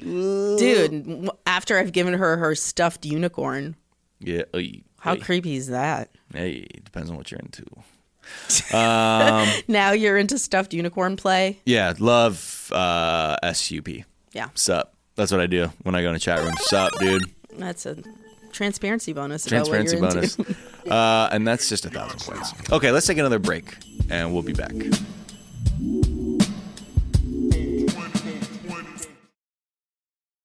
dude. w- After I've given her her stuffed unicorn, Yeah, oy, how oy. creepy is that? Hey, depends on what you're into. Um, now you're into stuffed unicorn play. yeah, love uh, SUP. Yeah. Sup. That's what I do when I go in a chat room. Sup, dude. That's a transparency bonus. Transparency about what bonus. you're Into. uh, and that's just a thousand points. Okay, let's take another break. and we'll be back.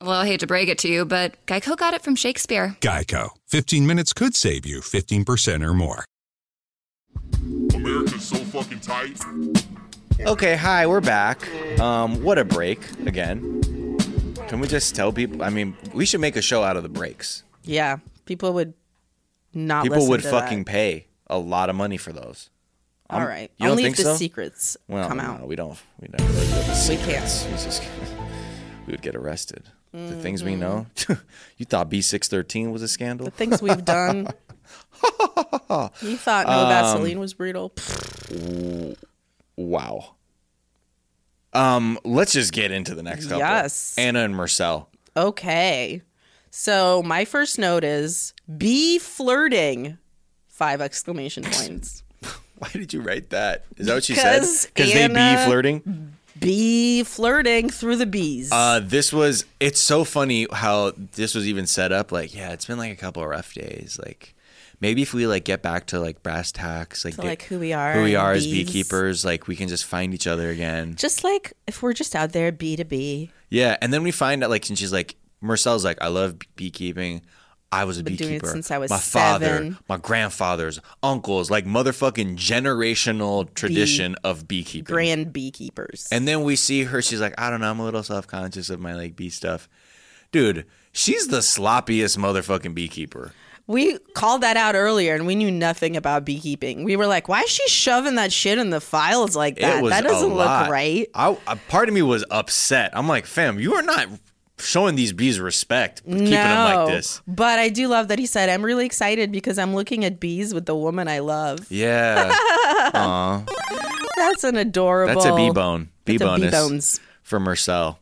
Well, I hate to break it to you, but Geico got it from Shakespeare. Geico, 15 minutes could save you 15% or more. America's so fucking tight. Okay, hi, we're back. Um, what a break again. Can we just tell people? I mean, we should make a show out of the breaks. Yeah, people would not. people listen would to fucking That. pay a lot of money for those. All Um, right. you don't Only think if the so? secrets well, come no, out. We don't. We never really do the We can't. secrets. We just- we would get arrested. The things we know. Mm-hmm. you thought B six thirteen was a scandal? The things we've done. you thought no Um, Vaseline was brutal. Pfft, W- Wow. Um, let's just get into the next couple. Yes. Anna and Marcel. Okay. So my first note is be flirting. Five exclamation points. Why did you write that? Is that what she said? Because they be Anna- flirting. Be flirting through the bees. Uh, this was. It's so funny how this was even set up. Like, yeah, it's been like a couple of rough days. Like, maybe if we like get back to like brass tacks, like To, get- like, who we are who we and are as bees. beekeepers, like we can just find each other again. just like if we're just out there B to B. Yeah, and then we find out like, and she's like, Marcel's like, I love bee- beekeeping. I was a Been doing it beekeeper since I was My seven." father, my grandfather's uncles, like motherfucking generational tradition of beekeeping. Grand beekeepers. And then we see her. She's like, I don't know. I'm a little self conscious of my like bee stuff, dude. She's the sloppiest motherfucking beekeeper. We called that out earlier and we knew nothing about beekeeping. We were like, why is she shoving that shit in the files like that? It was That a doesn't look lot. right. I, a part of me was upset. I'm like, fam, you are not showing these bees respect. Keeping them like this. But I do love that he said, I'm really excited because I'm looking at bees with the woman I love. Yeah. Aw. That's an adorable. That's a bee bone. Bee That's a bonus bones. for Marcel.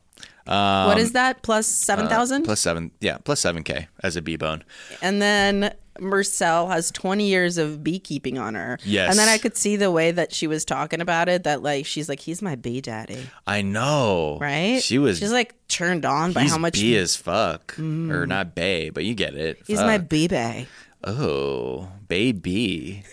what is that? Plus 7,000? uh, plus seven. Yeah, plus seven k as a bee bone. and then Marcel has 20 years of beekeeping on her. Yes. And then I could see the way that she was talking about it that, like, she's like, he's my bee daddy. I know. Right? She was. She's like turned on by he's how much. bee as fuck, or Mm. not bay, but you get it. He's my Fuck. bee bay. Oh, baby.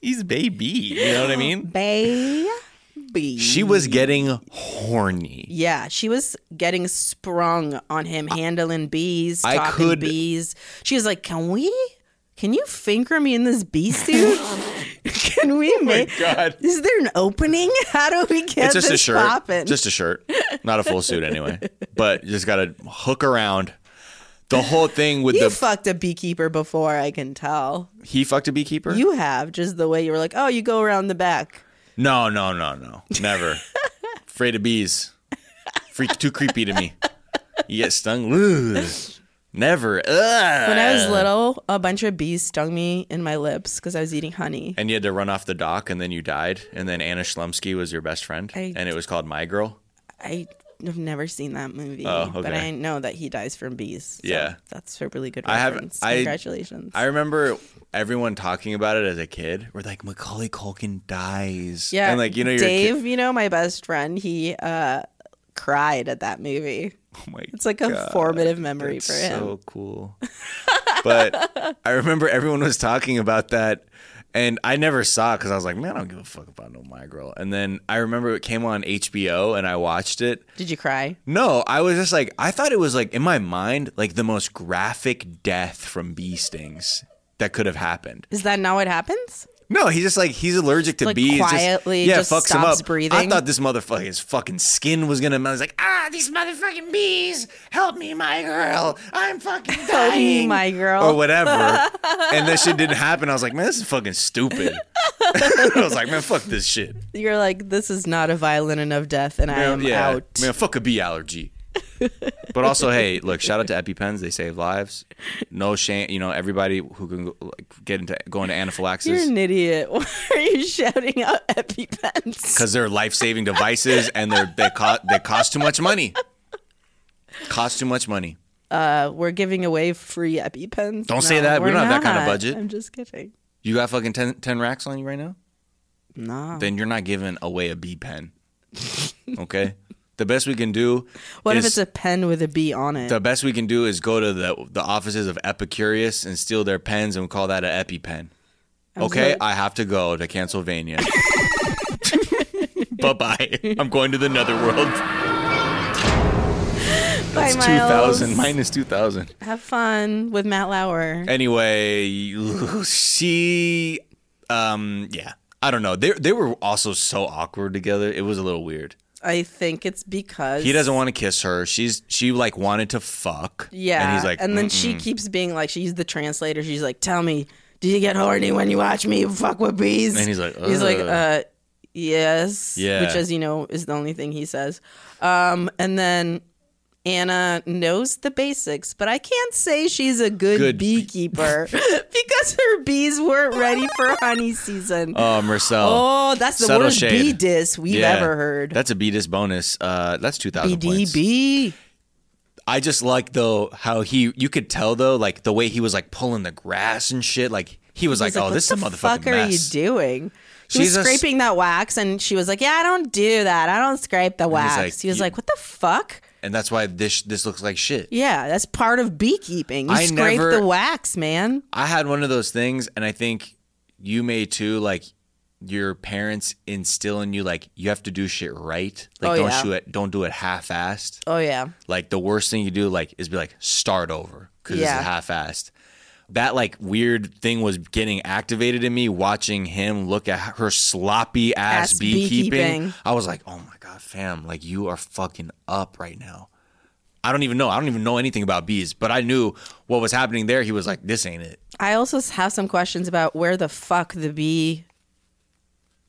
He's baby. You know what I mean? Baby. She was Mm. getting horny. Yeah, she was getting sprung on him, handling bees, I talking could- bees. She was like, "Can we? Can you finger me in this bee suit? can we make? Oh God. Is there an opening? How do we get it's just this a shirt. poppin'?" Just a shirt. Not a full suit anyway. But you just got to hook around. The whole thing with you the fucked a beekeeper before, I can tell. he fucked a beekeeper? You have just the way you were like, "Oh, you go around the back." No, no, no, no. Never. Afraid of bees. Freak too creepy to me. You get stung. Ugh. Never. Ugh. When I was little, a bunch of bees stung me in my lips because I was eating honey. And you had to run off the dock and then you died. And then Anna Schlumsky was your best friend. I- and it was called My Girl. I have never seen that movie, Oh, but okay. I know that he dies from bees. so Yeah. that's a really good I have- reference. I- Congratulations. I remember everyone talking about it as a kid. We're like, Macaulay Culkin dies. yeah, And like, you know, you're a Dave, kid- you know, my best friend, he uh, cried at that movie. Oh my it's like a God, formative memory that's for him. So cool. But I remember everyone was talking about that. And I never saw it because I was like, man, I don't give a fuck about no My Girl. And then I remember it came on HBO and I watched it. Did you cry? No, I was just like, I thought it was like in my mind, like the most graphic death from bee stings that could have happened. Is that not what happens? No, he's just like he's allergic to Like, bees. just- quietly yeah, just fucks him stops up. I breathing. thought this motherfucker's fucking skin was gonna melt. He's like, Ah, these motherfucking bees! Help me, my girl! I'm fucking Help me, dying! Oh, my girl. or whatever. and that shit didn't happen. I was like, man, this is fucking stupid. I was like, man, fuck this shit. You're like, this is not a violent enough death, and I Man, am out. Man, fuck a bee allergy. but also, hey, look, shout out to EpiPens. They save lives. No shame. You know, everybody who can go- like, get into go into You're anaphylaxis an idiot. Why are you shouting out EpiPens? because they're life saving devices and they're they cost they cost too much money. Cost too much money. Uh, we're giving away free EpiPens. Don't say that. We we're don't have that kind of not. budget. I'm just kidding. You got fucking 10, 10 racks on you right now? No. Then you're not giving away a bee pen. Okay. the best we can do. What is- if it's a pen with a B on it? The best we can do is go to the the offices of Epicurious and steal their pens and call that an EpiPen. I'm okay, so- I have to go to Pennsylvania. bye bye. I'm going to the netherworld. Bye, That's two Miles. thousand minus two thousand. Have fun with Matt Lauer. Anyway, she, um, yeah, I don't know. They they were also so awkward together. It was a little weird. I think it's because He doesn't want to kiss her. She's she like wanted to fuck. Yeah, and he's like, and then she "Mm-mm." keeps being like, she's the translator. She's like, tell me, do you get horny when you watch me fuck with bees? And he's like, he's like, "Ugh." uh, yes, Yeah. which as you know is the only thing he says. Um, and then Anna knows the basics, but I can't say she's a good, Good bee- beekeeper because her bees weren't ready for honey season. Oh, Marcel. Oh, that's the Subtle worst shade. bee diss we've Yeah. ever heard. That's a bee diss bonus. Uh, that's 2,000 points. BDB. I just like, though, how he, you could tell, though, like the way he was like pulling the grass and shit. Like, he was like, He's like, oh, "What this is a the motherfucking fuck are you mess. doing? She She's a was s- scraping that wax, and she was like, "Yeah, I don't do that. I don't scrape the wax." like, he was "You- like, "What the fuck? and that's why this this looks like shit. Yeah, that's part of beekeeping. You I scrape never- the wax, man. I had one of those things, and I think you may too, like, your parents instill in you, like, you have to do shit right. Like, Oh, don't yeah. shoot it, don't do it half assed. Oh yeah, Like the worst thing you do, like, is be like start over because Yeah. it's half-assed. That like weird thing was getting activated in me watching him look at her sloppy ass Ass beekeeping. beekeeping. I was like, oh my god, fam, like you are fucking up right now. I don't even know. I don't even know anything about bees, but I knew what was happening there. He was like, this ain't it. I also have some questions about where the fuck the bee,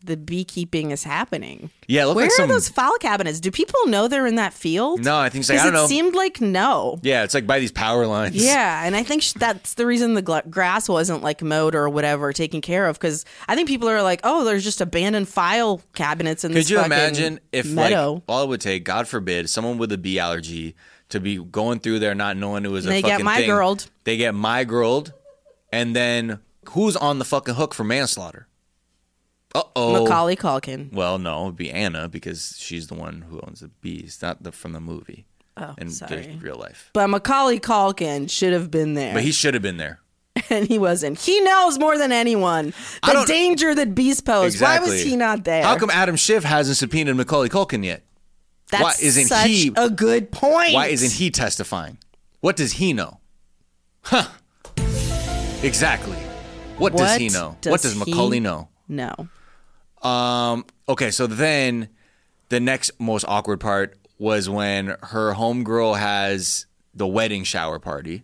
the beekeeping is happening. Yeah, it looked Where like are some. those file cabinets? Do people know they're in that field? no, I think it's like, I Because don't it know. seemed like no. yeah, it's like by these power lines. Yeah, and I think sh- that's the reason the gla- grass wasn't like mowed or whatever taken care of because I think people are like, oh, there's just abandoned file cabinets in this Could you fucking imagine if meadow. like all it would take, God forbid, someone with a bee allergy to be going through there not knowing it was a They get fucking thing. migrled. They get migrled, and then who's on the fucking hook for manslaughter? Uh oh. Macaulay Culkin? Well, no, it'd be Anna because she's the one who owns the bees, not the from the movie. Oh, and the sorry. real life. But Macaulay Culkin should have been there, But he should have been there. and he wasn't. He knows more than anyone I the don't- danger that bees pose. exactly. Why was he not there? How come Adam Schiff hasn't subpoenaed Macaulay Culkin yet? That's why isn't such he- a good point. Why isn't he testifying? What does he know? Huh. Exactly. What, does What he know? does what does he- Macaulay know? No. Um, okay, so then the next most awkward part was when her homegirl has the wedding shower party.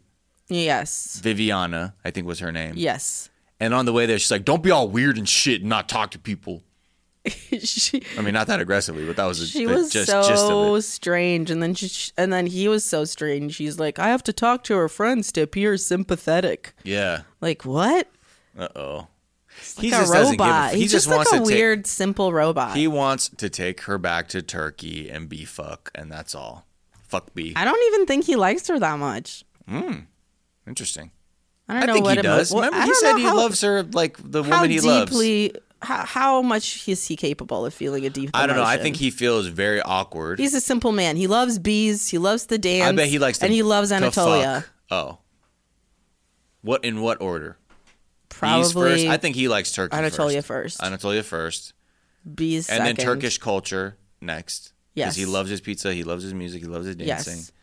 Yes. Viviana, I think was her name. Yes. And on the way there, she's like, don't be all weird and shit and not talk to people. she, I mean, not that aggressively, but that was, she the was just, so gist of it. strange and then she and then he was so strange he's like i have to talk to her friends to appear sympathetic Yeah. like what Uh oh. like a robot he's just, wants like a to take- weird simple robot He wants to take her back to Turkey and be fuck, and that's all. Fuck B. i don't even think he likes her that much Mm, interesting. i don't I know think what he emo- does. well, Remember, I he don't said know he how- loves her like the how woman he loves. deeply, how, how much is he capable of feeling a deep I don't know. I think emotion? he feels very awkward. he's a simple man he loves bees he loves the dance I bet he likes. To, and he loves to anatolia fuck. Oh, what in what order? Bees first. Probably I think he likes Turkey. Anatolia first. Anatolia first, bees and then second. Turkish culture next. Because he Yes. loves his pizza, he loves his music, he loves his Yes. dancing.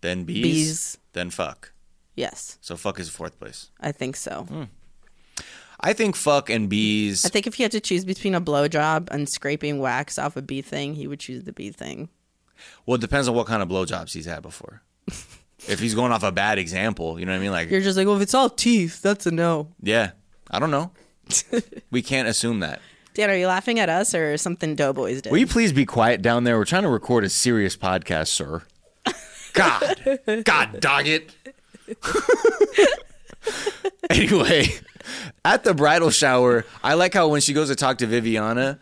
Then bees, Bees. then fuck. yes So fuck is fourth place. i think so I think fuck and bees. I think if you had to choose between a blowjob and scraping wax off a bee thing, he would choose the bee thing. Well, it depends on what kind of blowjobs he's had before. if he's going off a bad example, you know what I mean? Like, You're just like, well, if it's all teeth, that's a no. yeah, I don't know. we can't assume that. Dan, are you laughing at us or something Doughboys did? Will you please be quiet down there? We're trying to record a serious podcast, sir. God, God, dog it. anyway, at the bridal shower, I like how when she goes to talk to Viviana,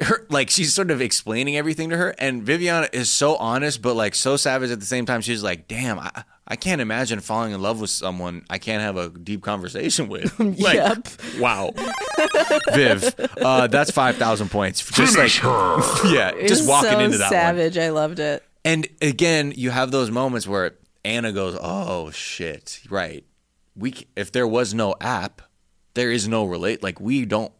her like she's sort of explaining everything to her, and Viviana is so honest but like so savage at the same time. She's like, "Damn, I, I can't imagine falling in love with someone I can't have a deep conversation with." like, Yep. Wow, Viv, uh, that's five thousand points. Just like, yeah, It just was walking so into that one. savage. I loved it. And again, you have those moments where Anna goes, "Oh shit, right? We c- if there was no app, there is no relate. Like we don't.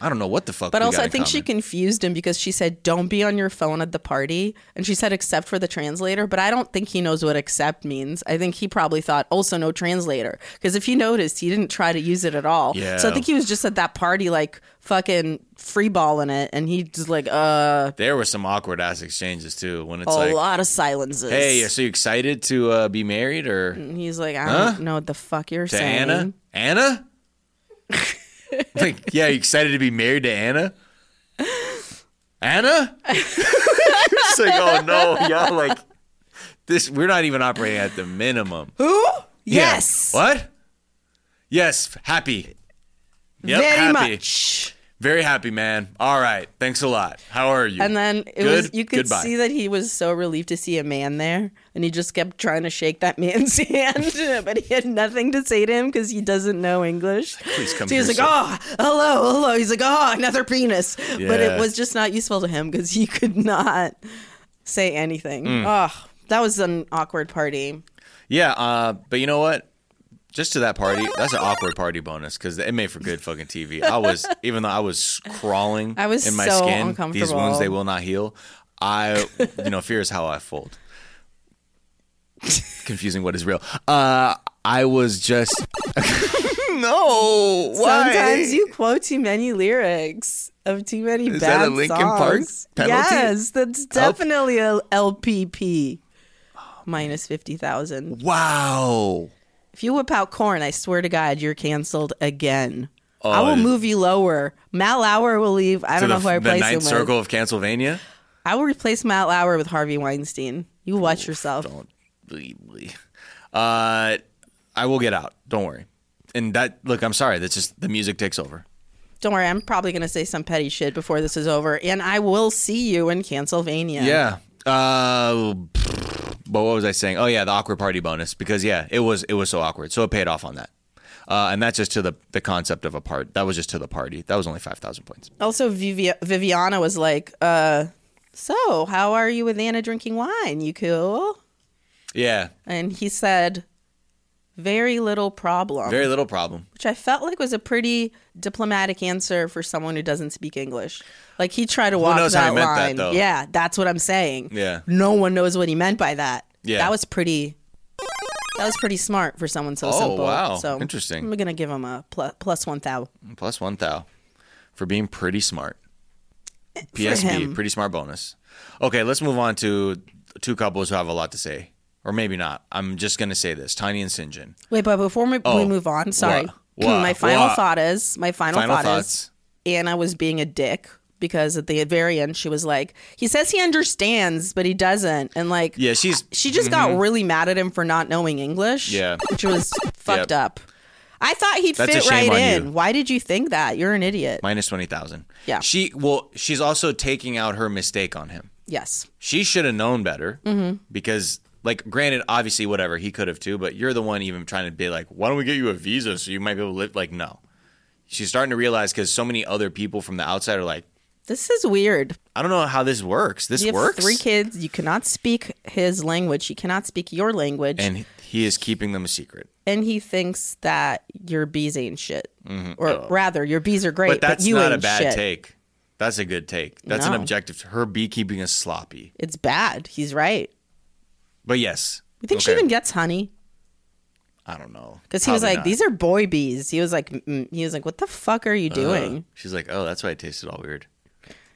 I don't know what the fuck. But we also, got I in think she common. confused him because she said, "Don't be on your phone at the party," and she said, "Except for the translator." But I don't think he knows what "except" means. I think he probably thought, "Also, no translator," because if you noticed, he didn't try to use it at all. Yeah. So I think he was just at that party, like fucking freeballing it, and he just like, uh, There were some awkward ass exchanges too. When it's a like, lot of silences. "Hey, are so you excited to uh, be married or And he's like, I Huh? don't know what the fuck you're to saying. Anna? Anna? like, yeah, you excited to be married to Anna? Anna? it's like, oh no, y'all like this. We're not even operating at the minimum. Who? Yeah. Yes. What? Yes, happy. Yep, Very happy. much. Very happy, man. All right, thanks a lot. How are you? And then it Good? was you could Goodbye. see that he was so relieved to see a man there, and he just kept trying to shake that man's hand, but he had nothing to say to him because he doesn't know English. Please come so he was here, like, sir. "Oh, hello, hello." He's like, "Oh, another penis," but Yeah. it was just not useful to him because he could not say anything. Mm. Oh, that was an awkward party. Yeah, uh, but you know what? Just to that party, that's an awkward party bonus because it made for good fucking TV. I was, even though I was crawling I was in my so skin, these uncomfortable. wounds, they will not heal. I, you know, fear is how I fold. Confusing what is real. Uh, I was just, no, why? Sometimes you quote too many lyrics of too many Is that bad a Linkin Park songs. penalty? Yes, that's Help. Oh, definitely a LPP. Minus 50,000. Wow. If you whip out corn, I swear to God, you're canceled again. I Oh, will is- move you lower. Matt Lauer will leave. I To don't know the, who I the replace him ninth with. circle of Pennsylvania. I will replace Matt Lauer with Harvey Weinstein. You watch yourself. Uh, I will get out. Don't worry. And that, look, I'm sorry. That's just the music takes over. Don't worry, I'm probably going to say some petty shit before this is over, and I will see you in Pennsylvania. Yeah. Uh, but what was I saying? Oh yeah, the awkward party bonus because yeah, it was it was so awkward, so it paid off on that. Uh, and that's just to the the concept of a part. That was just to the party. That was only five thousand points. Also, Vivi- Viviana was like, uh, So, how are you with Anna drinking wine? You cool? Yeah, And he said, Very little problem. very little problem. Which I felt like was a pretty diplomatic answer for someone who doesn't speak English. Like, he tried to walk knows how that he meant that, line. though? yeah, that's what I'm saying. Yeah. No one knows what he meant by that. Yeah. That was pretty. That was pretty smart for someone so Oh, simple. wow. So Interesting. I'm gonna give him a plus plus one thou. Plus one thou for being pretty smart. Eh, PSB, him. pretty smart bonus. Okay, let's move on to two couples who have a lot to say, or maybe not. I'm just gonna say this: Tiny and Sinjin. Wait, but before we, Oh, we move on, sorry. wha- wha- my final wha- thought is my final, Final thought thoughts. is Anna was being a dick because at the very end she was like, he says he understands, but he doesn't, and like Yeah, she's she just Mhm. got really mad at him for not knowing English. Yeah. which was fucked Yep. up. I thought he'd That's a fit shame right on in. you. Why did you think that? You're an idiot. minus twenty thousand. Yeah. She well, she's also taking out her mistake on him. Yes. She should have known better Mhm. because, like, granted, obviously, whatever he could have too, but you're the one even trying to be like, why don't we get you a visa so you might be able to live? Like, no. She's starting to realize because so many other people from the outside are like, This is weird. I don't know how this works. This you have works. Three kids. You cannot speak his language. He cannot speak your language. and he is keeping them a secret. and he thinks that your bees ain't shit, Mhm. or Oh. rather, your bees are great, but but, that's you not ain't a bad shit. take. That's a good take. That's No. an objective. Her beekeeping is sloppy. It's bad. He's right. But yes. You think she Okay. even gets honey? I don't know. Because he was Probably like, not. "These are boy bees." He was like, mm, "He was like, what the fuck are you Uh, doing?" she's like, oh, that's why it tasted all weird.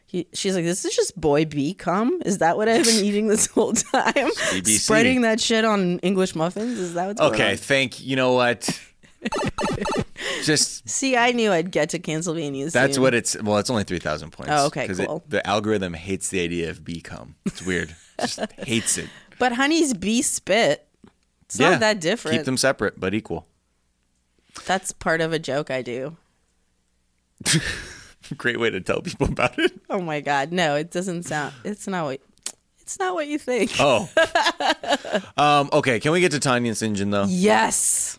He, she's like, "This is just boy bee cum. Is that what I've been eating this whole time? BBC. Spreading that shit on English muffins? Is that what's Going Okay, on? thank you know what? Just See, I knew I'd get to Pennsylvania. that's soon. what it's. Well, it's only three thousand points. Oh, okay, 'Cause it- cool. the algorithm hates the idea of become. It's weird. Just hates it. But honey's bee spit. It's yeah, not that different. Keep them separate but equal. That's part of a joke I do. Great way to tell people about it. Oh my god, no, it doesn't sound. It's not what. It's not what you think. Oh. Um, okay, can we get to Tanya and St. John, though? yes,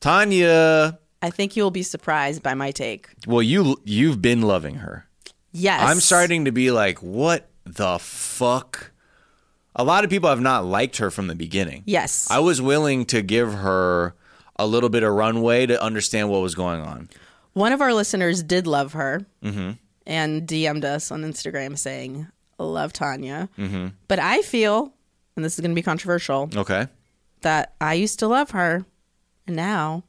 Tanya. I think you'll be surprised by my take. Well, you you've been loving her. Yes, I'm starting to be like, what the fuck? A lot of people have not liked her from the beginning. Yes. I was willing to give her a little bit of runway to understand what was going on. One of our listeners did love her Mhm. and DM'd us on Instagram saying, "Love Tanya." Mhm. But I feel, and this is going to be controversial, Okay. that I used to love her, and now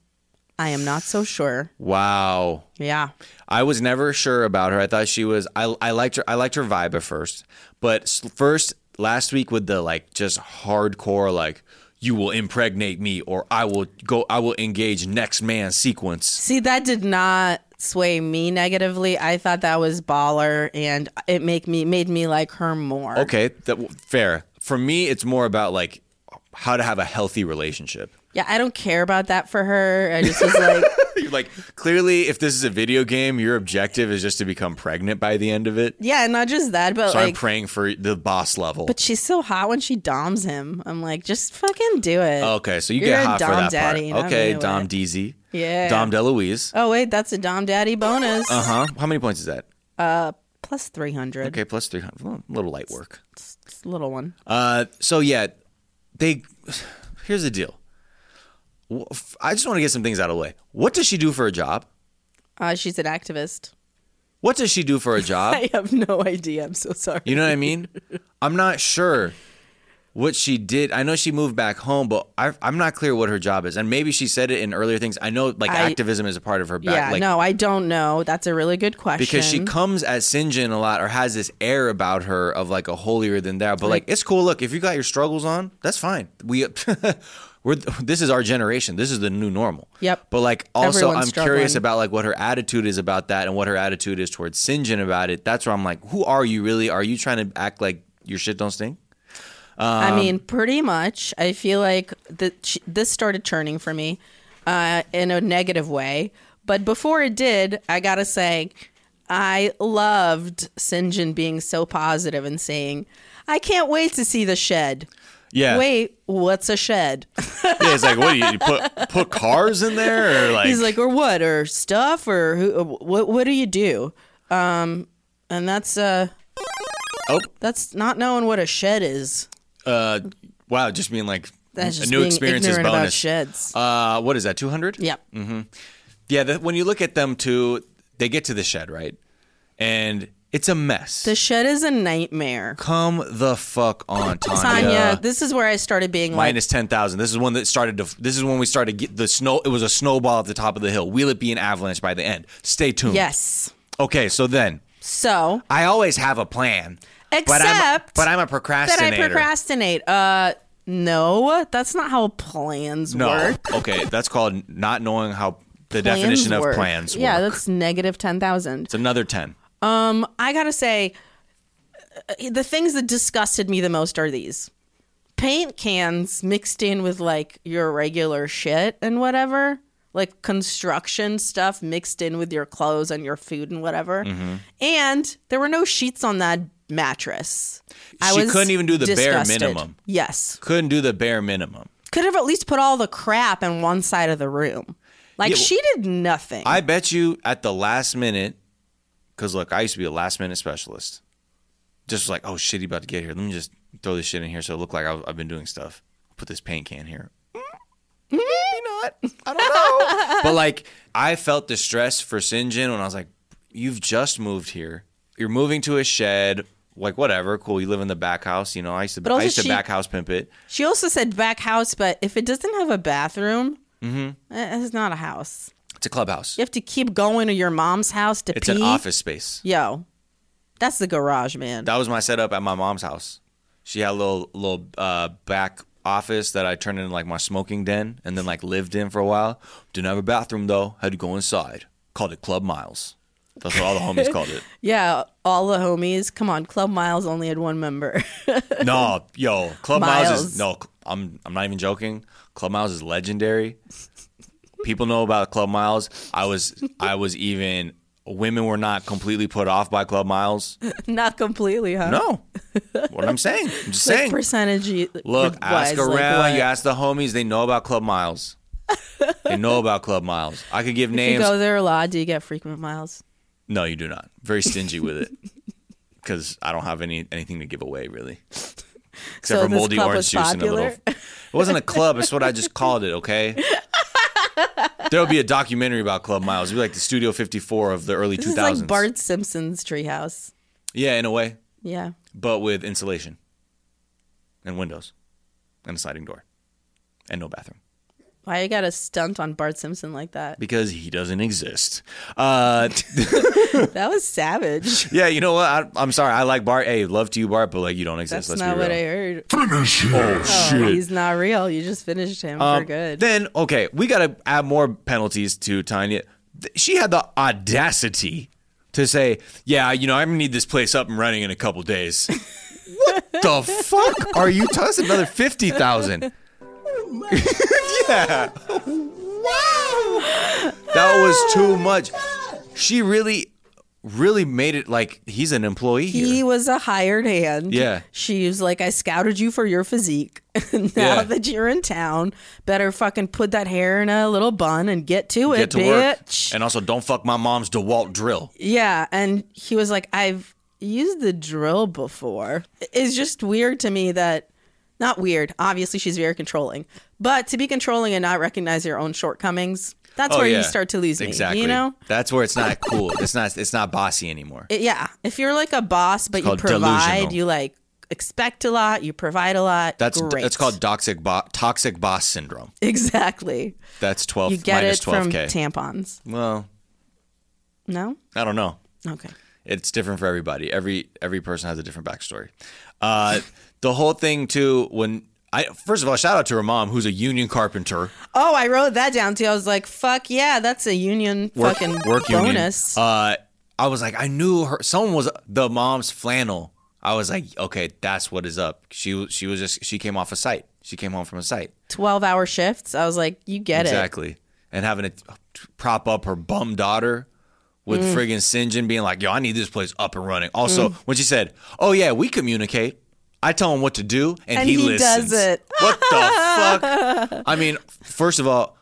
I am not so sure. Wow. Yeah. I was never sure about her. I thought she was. I I liked her. I liked her vibe at first, but s- first last week with the like just hardcore like you will impregnate me or I will go. I will engage next man sequence. See, that did not sway me negatively. I thought that was baller, and it make me made me like her more. Okay, that fair. For me, it's more about like how to have a healthy relationship. Yeah, I don't care about that for her. I just was like, You're like clearly, if this is a video game, your objective is just to become pregnant by the end of it. yeah, not just that, but so I'm like. praying for the boss level. But she's so hot when she doms him. I'm like, just fucking do it. okay, so you You're get a hot for Dom that daddy, and part. I'm Okay, into Dom it. DZ. Yeah. Dom DeLuise. Oh wait, that's a Dom Daddy bonus. Uh huh. How many points is that? Uh, plus three hundred. Okay, plus 300. Well, A little light work. It's a little one. Uh, so, yeah, they. Here's the deal. Wh- I just want to get some things out of the way. What does she do for a job? Uh, she's an activist. What does she do for a job? I have no idea. I'm so sorry. You know what I mean? I'm not sure what she did. I know she moved back home, but I, I'm not clear what her job is. And maybe she said it in earlier things. I know, like, I- activism is a part of her back. yeah, like, no, I don't know. That's a really good question. because she comes at Sinjin a lot or has this air about her of like a holier than thou. But like it's cool. Look, if you got your struggles on, that's fine. We we're this is our generation. This is the new normal. Yep. But like also Everyone's I'm curious struggling. about like what her attitude is about that and what her attitude is towards Sinjin about it. That's where I'm like, who are you really? Are you trying to act like your shit don't stink? Um, I mean, pretty much. I feel like that sh- this started churning for me uh, in a negative way. But before it did, I gotta say, I loved Sinjin being so positive and saying, "I can't wait to see the shed." Yeah. Wait, what's a shed? yeah, it's like what do you, you put put cars in there or like He's like, or what, or stuff, or who? Or what? What do you do? Um, and that's uh, oh that's not knowing what a shed is. uh wow, just being like That's just a new being experience is ignorant bonus. about sheds. Uh, what is that? Two hundred? Yep. hmm Yeah. The, when you look at them too, they get to the shed right, and it's a mess. The shed is a nightmare. Come the fuck on, Tanya. Tanya, this is where I started being Minus ten thousand. This is one that started to. This is when we started get the snow. It was a snowball at the top of the hill. Will it be an avalanche by the end? Stay like, tuned. yes. Okay. So then, So I always have a plan. but I'm, Except but I'm a that I procrastinator. procrastinate. Uh, no, that's not how plans no. work. Okay, that's called not knowing how the Plans definition of work. plans. Work. Yeah, that's negative ten thousand. it's another ten. Um, I gotta say, uh, the things that disgusted me the most are these paint cans mixed in with like your regular shit and whatever, like construction stuff mixed in with your clothes and your food and whatever. Mm-hmm. And there were no sheets on that mattress. I She was couldn't even do the bare disgusted. minimum. Yes, Couldn't do the bare minimum. could have at least put all the crap in one side of the room. Like Yeah, well- she did nothing. I bet you at the last minute, because look, I used to be a last minute specialist. Just was like, oh shit, he about to get here. Let me just throw this shit in here so it look like I've, I've been doing stuff. Put this paint can here. Maybe not. I don't know. but like, I felt the stress for Sinjin when I was like, you've just moved here. You're moving to a shed. Like whatever, cool. You live in the back house, you know. I used to, But also I used to she- back house pimp it. She also said back house, but if it doesn't have a bathroom, Mm-hmm. Eh, It's not a house. It's a clubhouse. You have to keep going to your mom's house to It's pee. an office space. Yo, that's the garage, man. That was my setup at my mom's house. She had a little little uh, back office that I turned into like my smoking den, and then like lived in for a while. Didn't have a bathroom though. Had to go inside. Called it Club Miles. That's what all the homies called it. Yeah, all the homies. Come on, Club Miles only had one member. No, yo, Club Miles. Miles. is no. cl- I'm I'm not even joking. Club Miles is legendary. People know about Club Miles. I was I was even women were not completely put off by Club Miles. Not completely, huh? No. What I'm saying, I'm just Like saying. percentage. Look, ask around. Like you what? ask the homies. They know about Club Miles. they know about Club Miles. I could give If you names. go there a lot, do you get frequent miles? no, you do not. Very stingy with it because I don't have any anything to give away really, except So for this moldy club orange was juice and a little. popular? It wasn't a club. It's what I just called it. Okay. There'll be a documentary about Club Miles. It'll be like the Studio 54 of the early This 2000s. is like Bart Simpson's treehouse. yeah, in a way, Yeah. but with insulation and windows and a sliding door and no bathroom. Why you got to stunt on Bart Simpson like that? because he doesn't exist. Uh, that was savage. yeah, you know what? I, I'm sorry. I like Bart. Hey, love to you, Bart, but like you don't exist. That's Let's not be real. what I heard. Finish him. Oh, shit. He's not real. You just finished him Um, for good. Then okay, we gotta add more penalties to Tanya. Th- She had the audacity to say, "Yeah, you know, I'm gonna need this place up and running in a couple days." what the fuck are you? That's another fifty thousand. yeah, Wow! that was too much. She really, really made it like he's an employee here. He was a hired hand. Yeah. She was like, I scouted you for your physique. now Yeah. that you're in town, better fucking put that hair in a little bun and get to Get it, to bitch. work. And also, don't fuck my mom's DeWalt drill. Yeah, and he was like, I've used the drill before. It's just weird to me that, not weird, obviously she's very controlling, but to be controlling and not recognize your own shortcomings, that's Oh, where yeah. you start to lose me. Exactly. You know? That's where it's not cool. It's not. It's not bossy anymore. It- yeah. If you're like a boss, but you called provide, delusional. you like expect a lot, you provide a lot. That's great. that's called toxic bo- toxic boss syndrome. Exactly. That's twelve you get minus it from 12K. tampons. Well, No? I don't know. Okay. It's different for everybody. Every every person has a different backstory. Uh, the whole thing too. When I first of all, shout out to her mom, who's a union carpenter. Oh, I wrote that down too. I was like, fuck yeah, that's a union Work, fucking work union. bonus. Uh, I was like, I knew her. Someone was the mom's flannel. I was like, okay, that's what is up. She she was just she came off a site. She came home from a site. 12 hour shifts. I was like, you get exactly. And having to prop up her bum daughter with Mm. friggin' St. John being like, yo, I need this place up and running. Also, Mm. when she said, oh, yeah, we communicate, I tell him what to do it. and, he, listens. does it. What the fuck? I mean, first of all,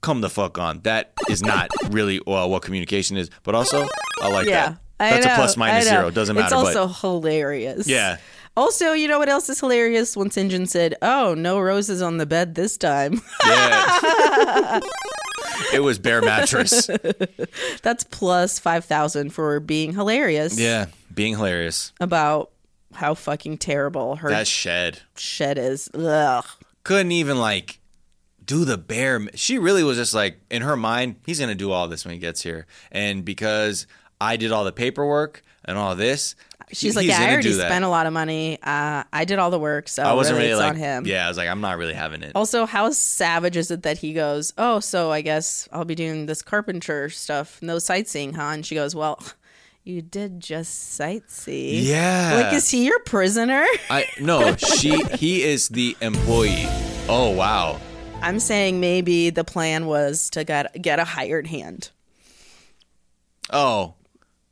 come the fuck on. That is not really well, what communication is, but also, I like yeah. that. I That's know, a plus minus I know. zero. Doesn't It's matter. also hilarious. but yeah. Also, you know what else is hilarious? When St. John said, oh, no roses on the bed this time. Yeah. it was bare mattress. That's plus 5,000 for being hilarious Yeah. Being hilarious. about how fucking terrible her That shed. shed is. Ugh. couldn't even like do the bare. mi- She really was just like in her mind, he's gonna do all this when he gets here, and because I did all the paperwork and all this, She's he- like, he's yeah, I gonna already do that. spent a lot of money. Uh, I did all the work, so I wasn't really, really, it's like, on him. Oh, yeah, I was like, I'm not really having it. Also, how savage is it that he goes, Oh, so I guess I'll be doing this carpenter stuff, no sightseeing, huh? And she goes, Well, you did just sightsee. Yeah. Like, is he your prisoner? I no, she he is the employee. Oh wow, I'm saying maybe the plan was to get, get a hired hand. oh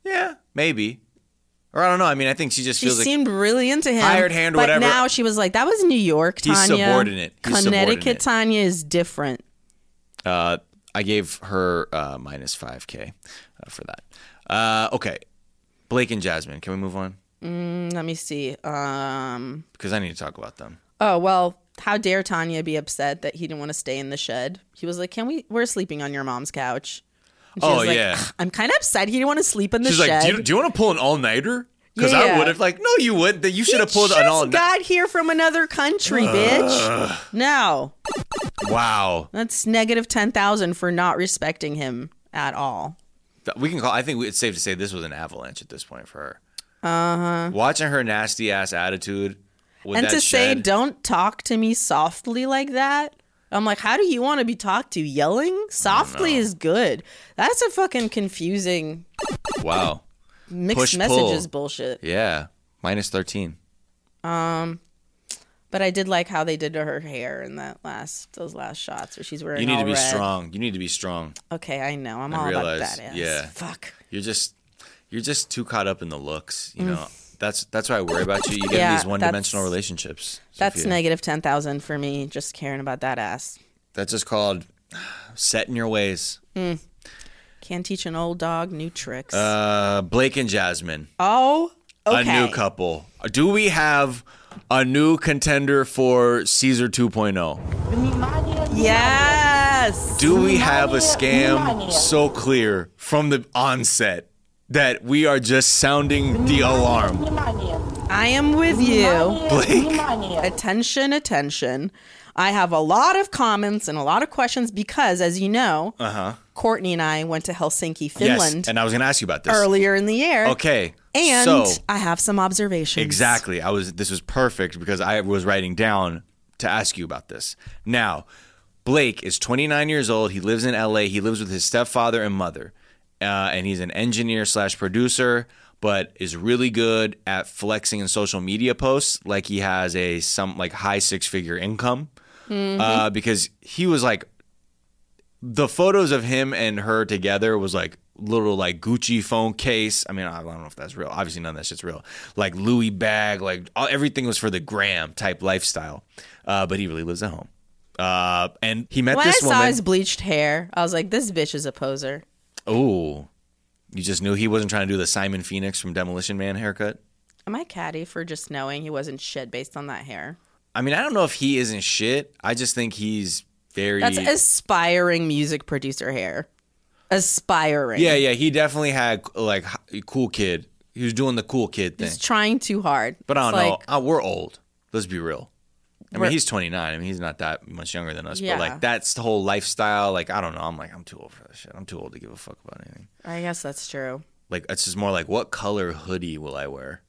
yeah, maybe, or I don't know. I mean, I think she just She feels seemed really into him. Hired hand, but whatever. now she was like, That was New York, He's Tanya. subordinate. He's subordinate. Connecticut Tanya is different. like uh, I gave her uh, minus five k uh, for that. Uh, okay, Blake and Jasmine, can we move on? Mm, let me see. Um, Because I need to talk about them. Oh, well, how dare Tanya be upset that he didn't want to stay in the shed? He was like, Can we? We're sleeping on your mom's couch. And she Oh, was like, yeah. "Ugh, I'm kind of upset he didn't want to sleep in the She's shed. like, do you, do you want to pull an all nighter? Because I Yeah. would have like, no, you wouldn't. That you should have pulled just an all. got here from another country, Ugh. bitch. No, wow. that's negative ten thousand for not respecting him at all. Th- We can call. I think we- it's safe to say this was an avalanche at this point for her. Uh huh. Watching her nasty ass attitude. With and that to say, shed- don't talk to me softly like that. I'm like, how do you want to be talked to? Yelling softly is good. That's a fucking confusing wow, mixed Push, pull. messages bullshit. Yeah, minus thirteen. Um, but I did like how they did to her hair in that last those last shots where she's wearing. You need to all be red. strong. You need to be strong. Okay, I know. I'm and all realize, about that. Ass. yeah, Fuck. You're just, you're just too caught up in the looks. You Mm. know, that's that's why I worry about you. You get in Yeah, these that's- one-dimensional relationships. That's Sophia. negative ten thousand for me. Just caring about that ass. That's just called set in your ways. Mm. Can't teach an old dog new tricks. Uh, Blake and Jasmine, oh, okay. a new couple. Do we have a new contender for Caesar 2.0? Yes. Do we have a scam so clear from the onset that we are just sounding the alarm? I am with you. Blake. Attention, attention. I have a lot of comments and a lot of questions because, as you know, Uh huh. Courtney and I went to Helsinki, Yes, Finland and I was gonna ask you about this earlier in the year. Okay, And so I have some observations. Exactly. I was this was perfect because I was writing down to ask you about this. Now, Blake is 29 years old. He lives in LA. He lives with his stepfather and mother, uh, and he's an engineer slash producer, but is really good at flexing in social media posts. Like he has a some like high six figure income uh, because he was like the photos of him and her together was like little like Gucci phone case. I mean, I don't know if that's real. Obviously, none of that shit's real. Like Louis bag, like all, everything was for the gram type lifestyle. Uh, but he really lives at home. Uh, and he met when I this saw woman. his bleached hair, I was like, this bitch is a poser. oh, you just knew he wasn't trying to do the Simon Phoenix from Demolition Man haircut. Am I catty for just knowing he wasn't shit based on that hair? I mean, I don't know if he isn't shit. I just think he's very. That's aspiring music producer hair. Aspiring. yeah, yeah. He definitely had like h- cool kid. He was doing the cool kid thing. He's trying too hard. But I It's don't know. like- Uh, we're old. Let's be real. I mean, We're- he's 29. I mean, he's not that much younger than us. Yeah. But like, that's the whole lifestyle. Like, I don't know. I'm like, I'm too old for this shit. I'm too old to give a fuck about anything. I guess that's true. Like, it's just more like, what color hoodie will I wear?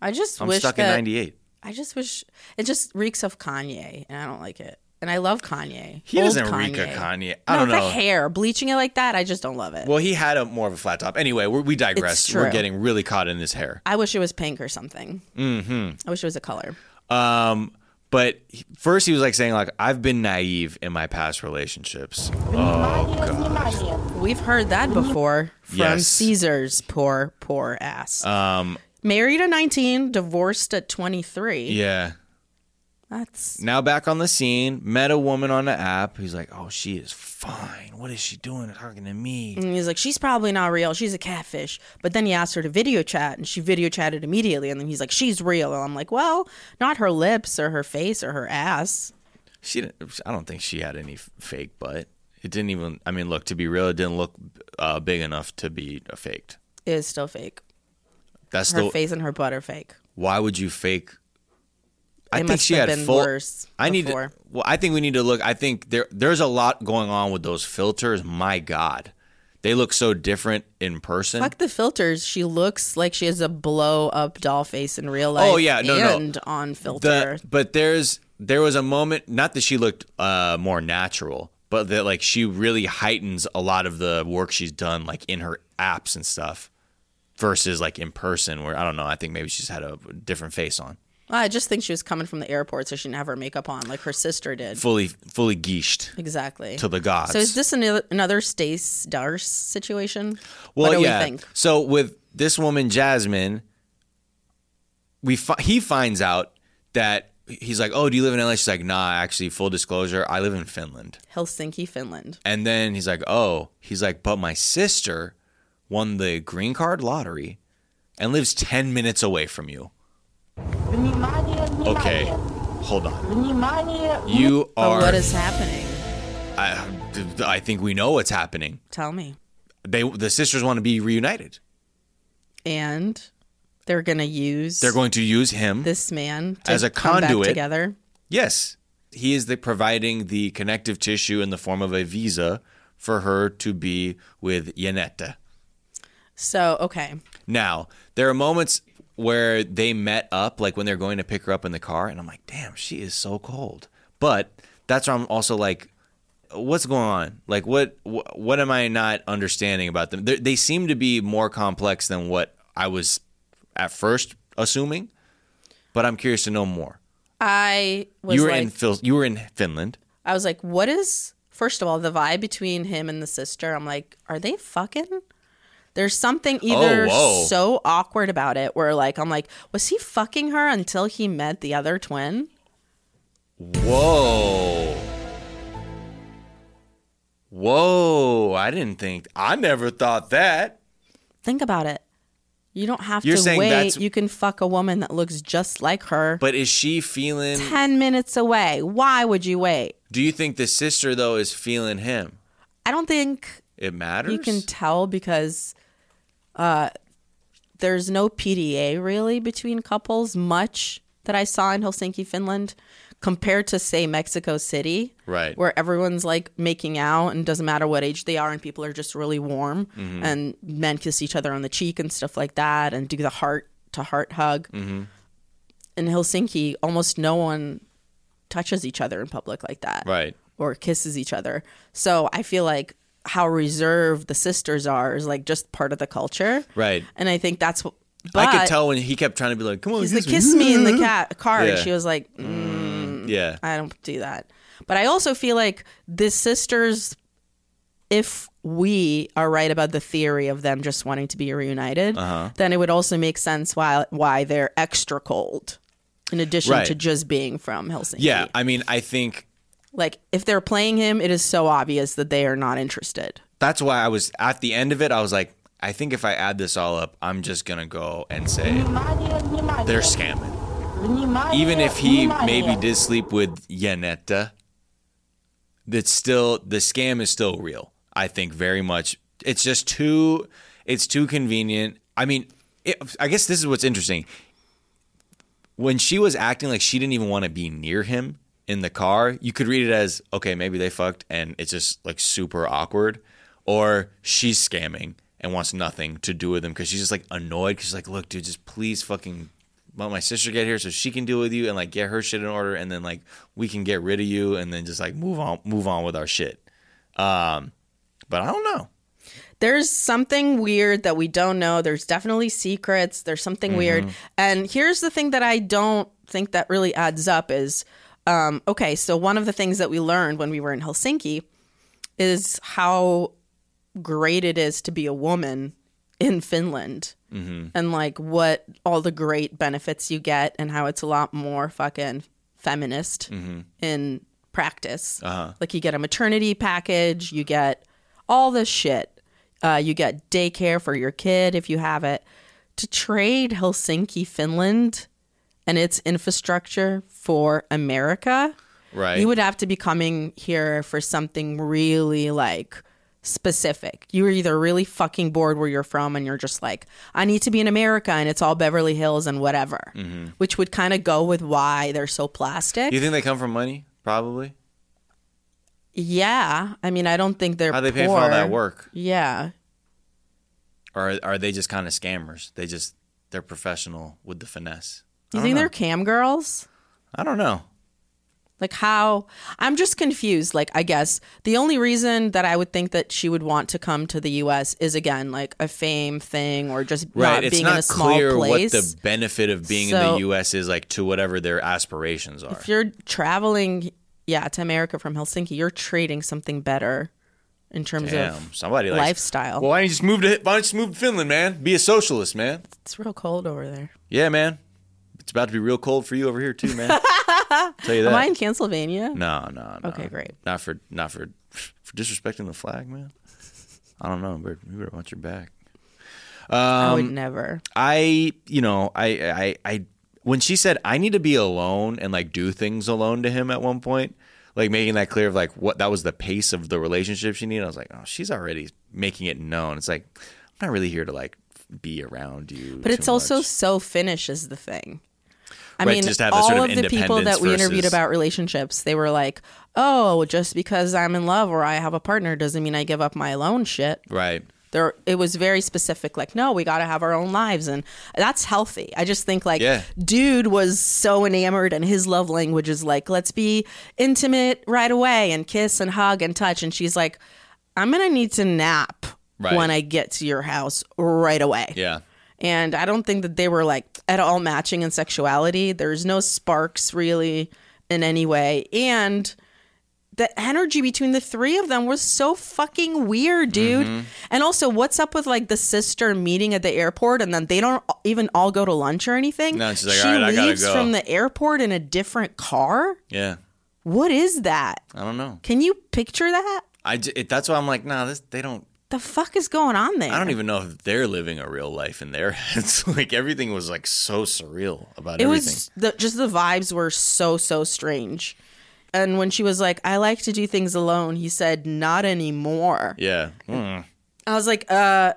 I just I'm wish stuck that, in '98. I just wish it just reeks of Kanye, and I don't like it. And I love Kanye. He Old doesn't Kanye. reek of Kanye. I no, don't know. the hair bleaching it like that, I just don't love it. Well, he had a more of a flat top. Anyway, we're, we digress. It's We're true. getting really caught in this hair. I wish it was pink or something. Mm-hmm. I wish it was a color. Um, but he- first he was like saying like, I've been naive in my past relationships. Oh god. We've heard that before from Yes. Caesar's poor, poor ass. Um, Married at 19, divorced at 23. yeah. That's Now back on the scene, met a woman on the app. He's like, "Oh, she is fine. What is she doing talking to me?" And he's like, she's probably not real. She's a catfish. But then he asked her to video chat, and she video chatted immediately. And then he's like, she's real. And I'm like, well, not her lips or her face or her ass. She, didn't, I don't think she had any f- fake butt. It didn't even. I mean, look to be real, it didn't look uh, big enough to be uh, faked. It is still fake. That's her the. face and her butt are fake. Why would you fake? I It think must she have had been full. worse I need. To, before. well, I think we need to look. I think there there's a lot going on with those filters. My God, they look so different in person. Fuck the filters. She looks like she has a blow up doll face in real life. Oh, yeah. No, no. and on filter. The- but there's there was a moment, not that she looked uh, more natural, but that like she really heightens a lot of the work she's done, like in her apps and stuff, versus like in person, where I don't know. I think maybe she's had a different face on, I just think she was coming from the airport, so she didn't have her makeup on like her sister did. fully fully geeshed. Exactly. To the gods. So is this an, another Stace Darce situation? Well, what do yeah. we think? So with this woman Jasmine, we fi- he finds out that he's like, "Oh, do you live in LA?" She's like, "Nah, actually, full disclosure, I live in Finland." Helsinki, Finland. And then he's like, "Oh," he's like, "But my sister won the green card lottery and lives 10 minutes away from you." Okay. Hold on. You But are Oh, what is happening? I, I think we know what's happening. Tell me. They the sisters want to be reunited. And They're going to use They're going to use him this man to as a come back conduit. together. Yes, he is the providing the connective tissue in the form of a visa for her to be with Yanetta. So, okay. Now, there are moments where they met up, like when they're going to pick her up in the car, and I'm like, damn, she is so cold. But that's where I'm also like, what's going on? Like, what wh- what am I not understanding about them? they they seem to be more complex than what I was at first assuming, but I'm curious to know more. I was You were like in Phil- you were in Finland. I was like, what is first of all the vibe between him and the sister? I'm like, are they fucking? There's something either Oh, whoa. so awkward about it where like I'm like, was he fucking her until he met the other twin? Whoa. Whoa, I didn't think I never thought that. Think about it. You don't have You're to saying wait. that's- You can fuck a woman that looks just like her But is she feeling 10 minutes away. Why would you wait? Do you think the sister though is feeling him? I don't think It matters. You can tell because uh, there's no PDA really between couples much that I saw in Helsinki, Finland, compared to say Mexico City, Right. where everyone's like making out and doesn't matter what age they are, and people are just really warm, Mhm. and men kiss each other on the cheek and stuff like that, and do the heart to heart hug. Mm-hmm. In Helsinki, almost no one touches each other in public like that Right. or kisses each other. So I feel like how reserved the sisters are is like just part of the culture. Right. And I think that's what I could tell when he kept trying to be like, "Come on, He's the kiss me in the cat car. And Yeah. Mm. she was like, "Mm, Yeah. I don't do that. But I also feel like the sisters, if we are right about the theory of them just wanting to be reunited, Uh-huh. then it would also make sense why why they're extra cold, in addition Right. to just being from Helsinki. Yeah, I mean, I think Like if they're playing him, it is so obvious that they are not interested. that's why I was at the end of it. I was like, I think if I add this all up, I'm just gonna go and say they're scamming. Even if he maybe did sleep with Yanetta, that's still the scam is still real. I think very much. It's just too. It's too convenient. I mean, it, I guess this is what's interesting. When she was acting like she didn't even want to be near him in the car, you could read it as okay, maybe they fucked, and it's just like super awkward, or she's scamming and wants nothing to do with him because she's just like annoyed. 'cause she's like, look, dude, just please fucking let my sister get here so she can deal with you and like get her shit in order and then like we can get rid of you and then just like move on move on with our shit um but i don't know There's something weird that we don't know. There's definitely secrets. There's something weird. Mhm. And here's the thing that I don't think that really adds up is um, okay, so one of the things that we learned when we were in Helsinki is how great it is to be a woman in Finland. Mhm. and like what all the great benefits you get and how it's a lot more fucking feminist Mhm. in practice. Uh-huh. Like you get a maternity package, you get all this shit. Uh, you get daycare for your kid if you have it. To trade Helsinki, Finland, and its infrastructure for America, right you would have to be coming here for something really like specific. You were either really fucking bored where you're from and you're just like, I need to be in America and it's all Beverly Hills and whatever, Mhm. which would kind of go with why they're so plastic. you think they come from money probably yeah. I mean, I don't think they're How they pay for all that poor. work? Yeah. or are they just kind of scammers they just they're professional with the finesse I You don't think know. they're cam girls? i don't know Like how I'm just confused. Like I guess the only reason that I would think that she would want to come to the U.S. is again like a fame thing or just right not it's being not in a small clear place. what the benefit of being in So- the us is like to whatever their aspirations are If you're traveling, yeah, to America from Helsinki, you're trading something better in terms damn of somebody likes, lifestyle. well why don't you just move to why don't you just move to finland man be a socialist man it's real cold over there. yeah man it's about to be real cold for you over here too man tell you that Am I in Pennsylvania? No, no, no. Okay, great. Not for not for for disrespecting the flag, man. I don't know, but you better watch your back. Um, I would never. I, you know, I, I, I, when she said I need to be alone and like do things alone to him at one point, like making that clear of like what that was the pace of the relationship she needed. I was like, oh, she's already making it known. It's like I'm not really here to like be around you. But it's too also so Finnish is the thing. I Right, mean, just to have that all sort of of, the people independence that we interviewed versus- about relationships, they were like, "Oh, just because I'm in love or I have a partner doesn't mean I give up my alone shit." much. right. There, it was very specific. Like, no, we got to have our own lives, and that's healthy. I just think like, Yeah. dude was so enamored, and his love language is like, let's be intimate right away and kiss and hug and touch, and she's like, I'm gonna need to nap Right. when I get to your house right away. Yeah. And I don't think that they were like at all matching in sexuality. There's no sparks really in any way. And the energy between the three of them was so fucking weird, dude. Mm-hmm. Mhm. And also, what's up with like the sister meeting at the airport and then they don't even all go to lunch or anything? No, she's like, she "All right, I gotta leaves go." from the airport in a different car? Yeah. What is that? I don't know. Can you picture that? I j- it, that's why I'm like, nah, this they don't. The fuck is going on there? I don't even know if they're living a real life in their heads. like everything was like so surreal about it everything. was the, just the vibes were so so strange and when she was like i like to do things alone he said not anymore yeah. Mm. i was like uh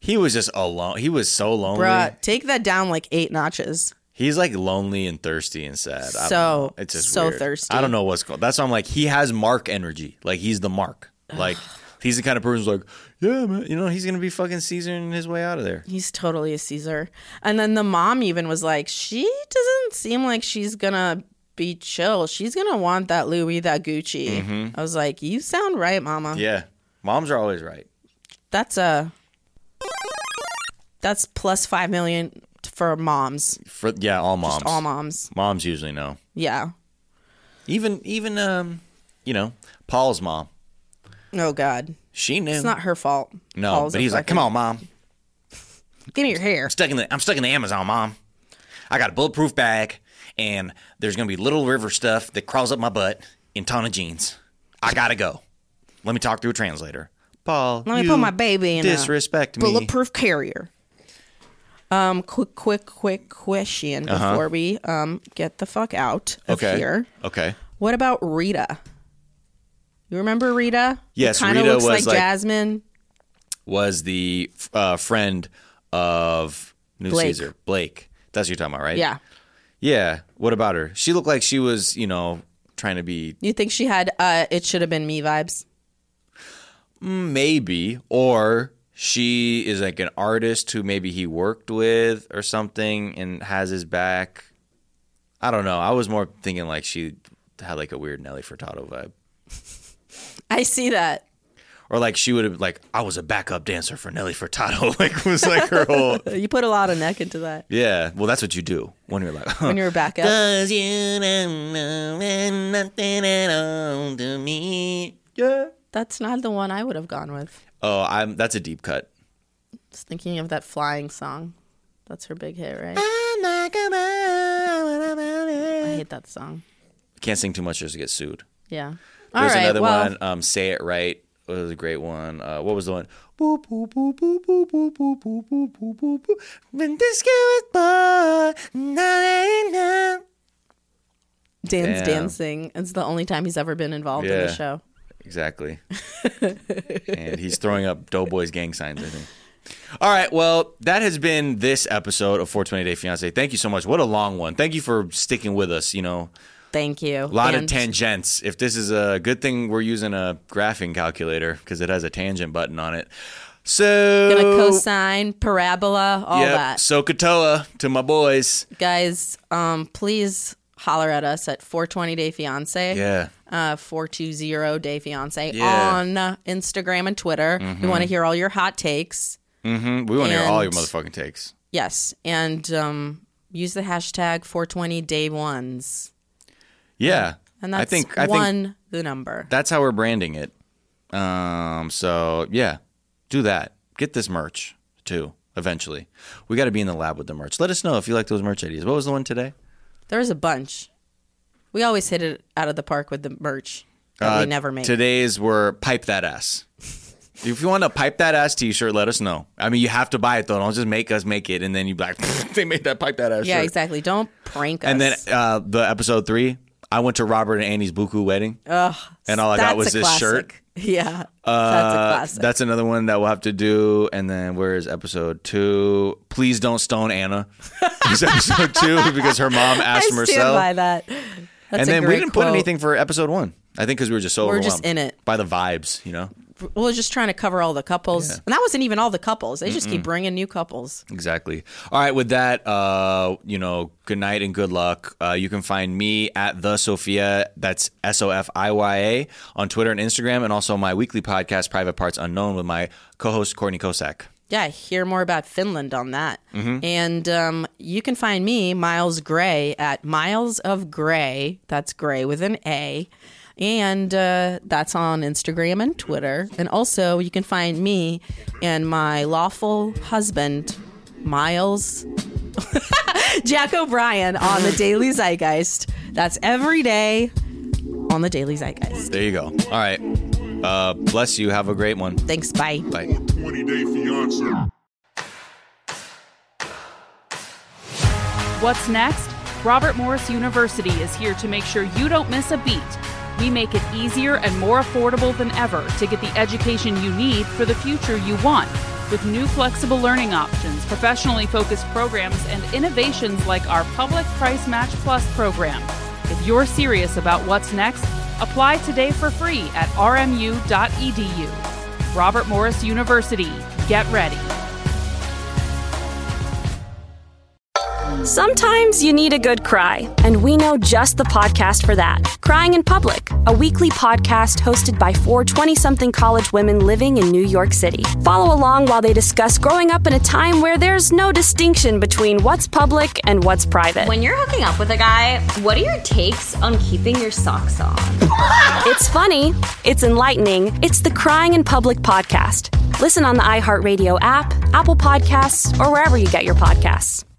He was just alone. He was so lonely. bruh take that down like eight notches He's like lonely and thirsty and sad. I don't So- know. it's just so weird. thirsty. I don't know what's going. That's why I'm like he has Mark energy. Like he's the Mark. Like he's the kind of person who's like, yeah, man, you know, he's gonna be fucking Caesaring his way out of there. he's totally a caesar and then the mom even was like she doesn't seem like she's gonna be chill she's gonna want that louis that gucci Mhm. i was like you sound right mama Yeah, moms are always right. that's a that's plus five million for moms For yeah, all moms. all moms. Moms usually know. yeah Even even um, you know, Paul's mom. oh god She knew. It's not her fault. No, Paul's but a he's like, fucking- come on, mom. Give me your hair. I'm stuck in the I'm stuck in the Amazon, mom. I got a bulletproof bag, and there's gonna be little river stuff that crawls up my butt in ton of jeans. I gotta go. Let me talk through a translator. Paul, Let me you put my baby in disrespect a me. bulletproof carrier. Um, quick, quick, quick question Uh-huh. before we um get the fuck out of Okay. here. Okay. What about Rita? You remember Rita? Yes, kind of Rita looks was like, like- Jasmine. Was the uh, friend of New Blake. Caesar Blake? That's what you're talking about, right? Yeah, Yeah. What about her? She looked like she was, you know, trying to be you think she had uh, it should have been me vibes? mm, maybe, or she is like an artist who maybe he worked with or something and has his back. I don't know. I was more thinking like she had like a weird Nelly Furtado vibe. I see that. Or like she would have like I was a backup dancer for Nelly Furtado. Like was like her whole you put a lot of neck into that Yeah. Well that's what you do when you're like when you were back up. Does you don't know and nothing at all to me. Yeah. That's not the one I would have gone with. Oh, I'm that's a deep cut. Just thinking of that flying song. That's her big hit, right? I hate that song. Can't sing too much or just get sued. Yeah. All There's right. another well, one, um, Say It Right was a great one. Uh, what was the one? Boop, boop, boop, boop, boop, boop, boop, boop, boop, boop, boop, boop. When disco is born, na, na, na. Dan's Damn. dancing. It's the only time he's ever been involved in Yeah. the show. Exactly. and he's throwing up Doughboys gang signs, I think. All right, well, that has been this episode of 420 Day Fiance. Thank you so much. What a long one. Thank you for sticking with us, you know. Thank you. A lot of And tangents. If this is a good thing, we're using a graphing calculator because it has a tangent button on it. So Gonna cosine, parabola, all Yep, that. So Katoa to my boys. Guys, um, please holler at us at 420 Day Fiance. Yeah. Uh, 420 Day Fiance Yeah. on uh, Instagram and Twitter. We Mhm. want to hear all your hot takes. Mm-hmm. We want to hear all your And- motherfucking takes. Yes. And um, use the hashtag 420 Day Ones. Yeah. And that's I think I one think the number. that's how we're branding it. Um so yeah, do that. Get this merch too eventually. We got to be in the lab with the merch. Let us know if you like those merch ideas. What was the one today? There was a bunch. We always hit it out of the park with the merch that Uh, we never make. Today's were pipe that ass. if you want to pipe that ass t-shirt, let us know. I mean, you have to buy it though. Don't just make us make it and then you be like they made that pipe that ass yeah, shirt. exactly. Don't prank us. And then uh, the episode three, I went to Robert and Annie's Buku wedding, Ugh, and all I that's got was a this shirt. classic. Yeah. Uh, that's a classic. That's another one that we'll have to do. And then where is episode two? Please don't stone Anna. is episode two because her mom I asked stand from herself. by that. That's and a then we great didn't put quote. anything for episode one. I think because we were just so We're just overwhelmed in it. by the vibes, you know. We We're just trying to cover all the couples, and that wasn't even all the couples. They just Mm-mm. keep bringing new couples. Exactly. All right. With that, uh, you know, good night and good luck. Uh, you can find me at the Sophia. That's S O F I Y A on Twitter and Instagram, and also my weekly podcast, Private Parts Unknown, with my co-host Courtney Kosak. Yeah, hear more about Finland on that. Mhm. And um, you can find me, Miles Gray, at Miles of Gray. That's Gray with an A. And uh, that's on Instagram and Twitter. And also, you can find me and my lawful husband, Miles Jack O'Brien, on the Daily Zeitgeist. That's every day on the Daily Zeitgeist. There you go. All right. Uh, bless you. Have a great one. Thanks. Bye. Bye. 20 Day Fiance. What's next? Robert Morris University is here to make sure you don't miss a beat. We make it easier and more affordable than ever to get the education you need for the future you want with new flexible learning options, professionally focused programs, and innovations like our Public Price Match Plus program. If you're serious about what's next, apply today for free at rmu.edu. E Robert Morris University. Get ready. Sometimes you need a good cry, and we know just the podcast for that. Crying in Public, a weekly podcast hosted by four 20 something college women living in New York City. Follow along while they discuss growing up in a time where there's no distinction between what's public and what's private. When you're hooking up with a guy, what are your takes on keeping your socks on? it's funny, it's enlightening, it's the Crying in Public podcast. Listen on the iHeartRadio app, Apple Podcasts, or wherever you get your podcasts.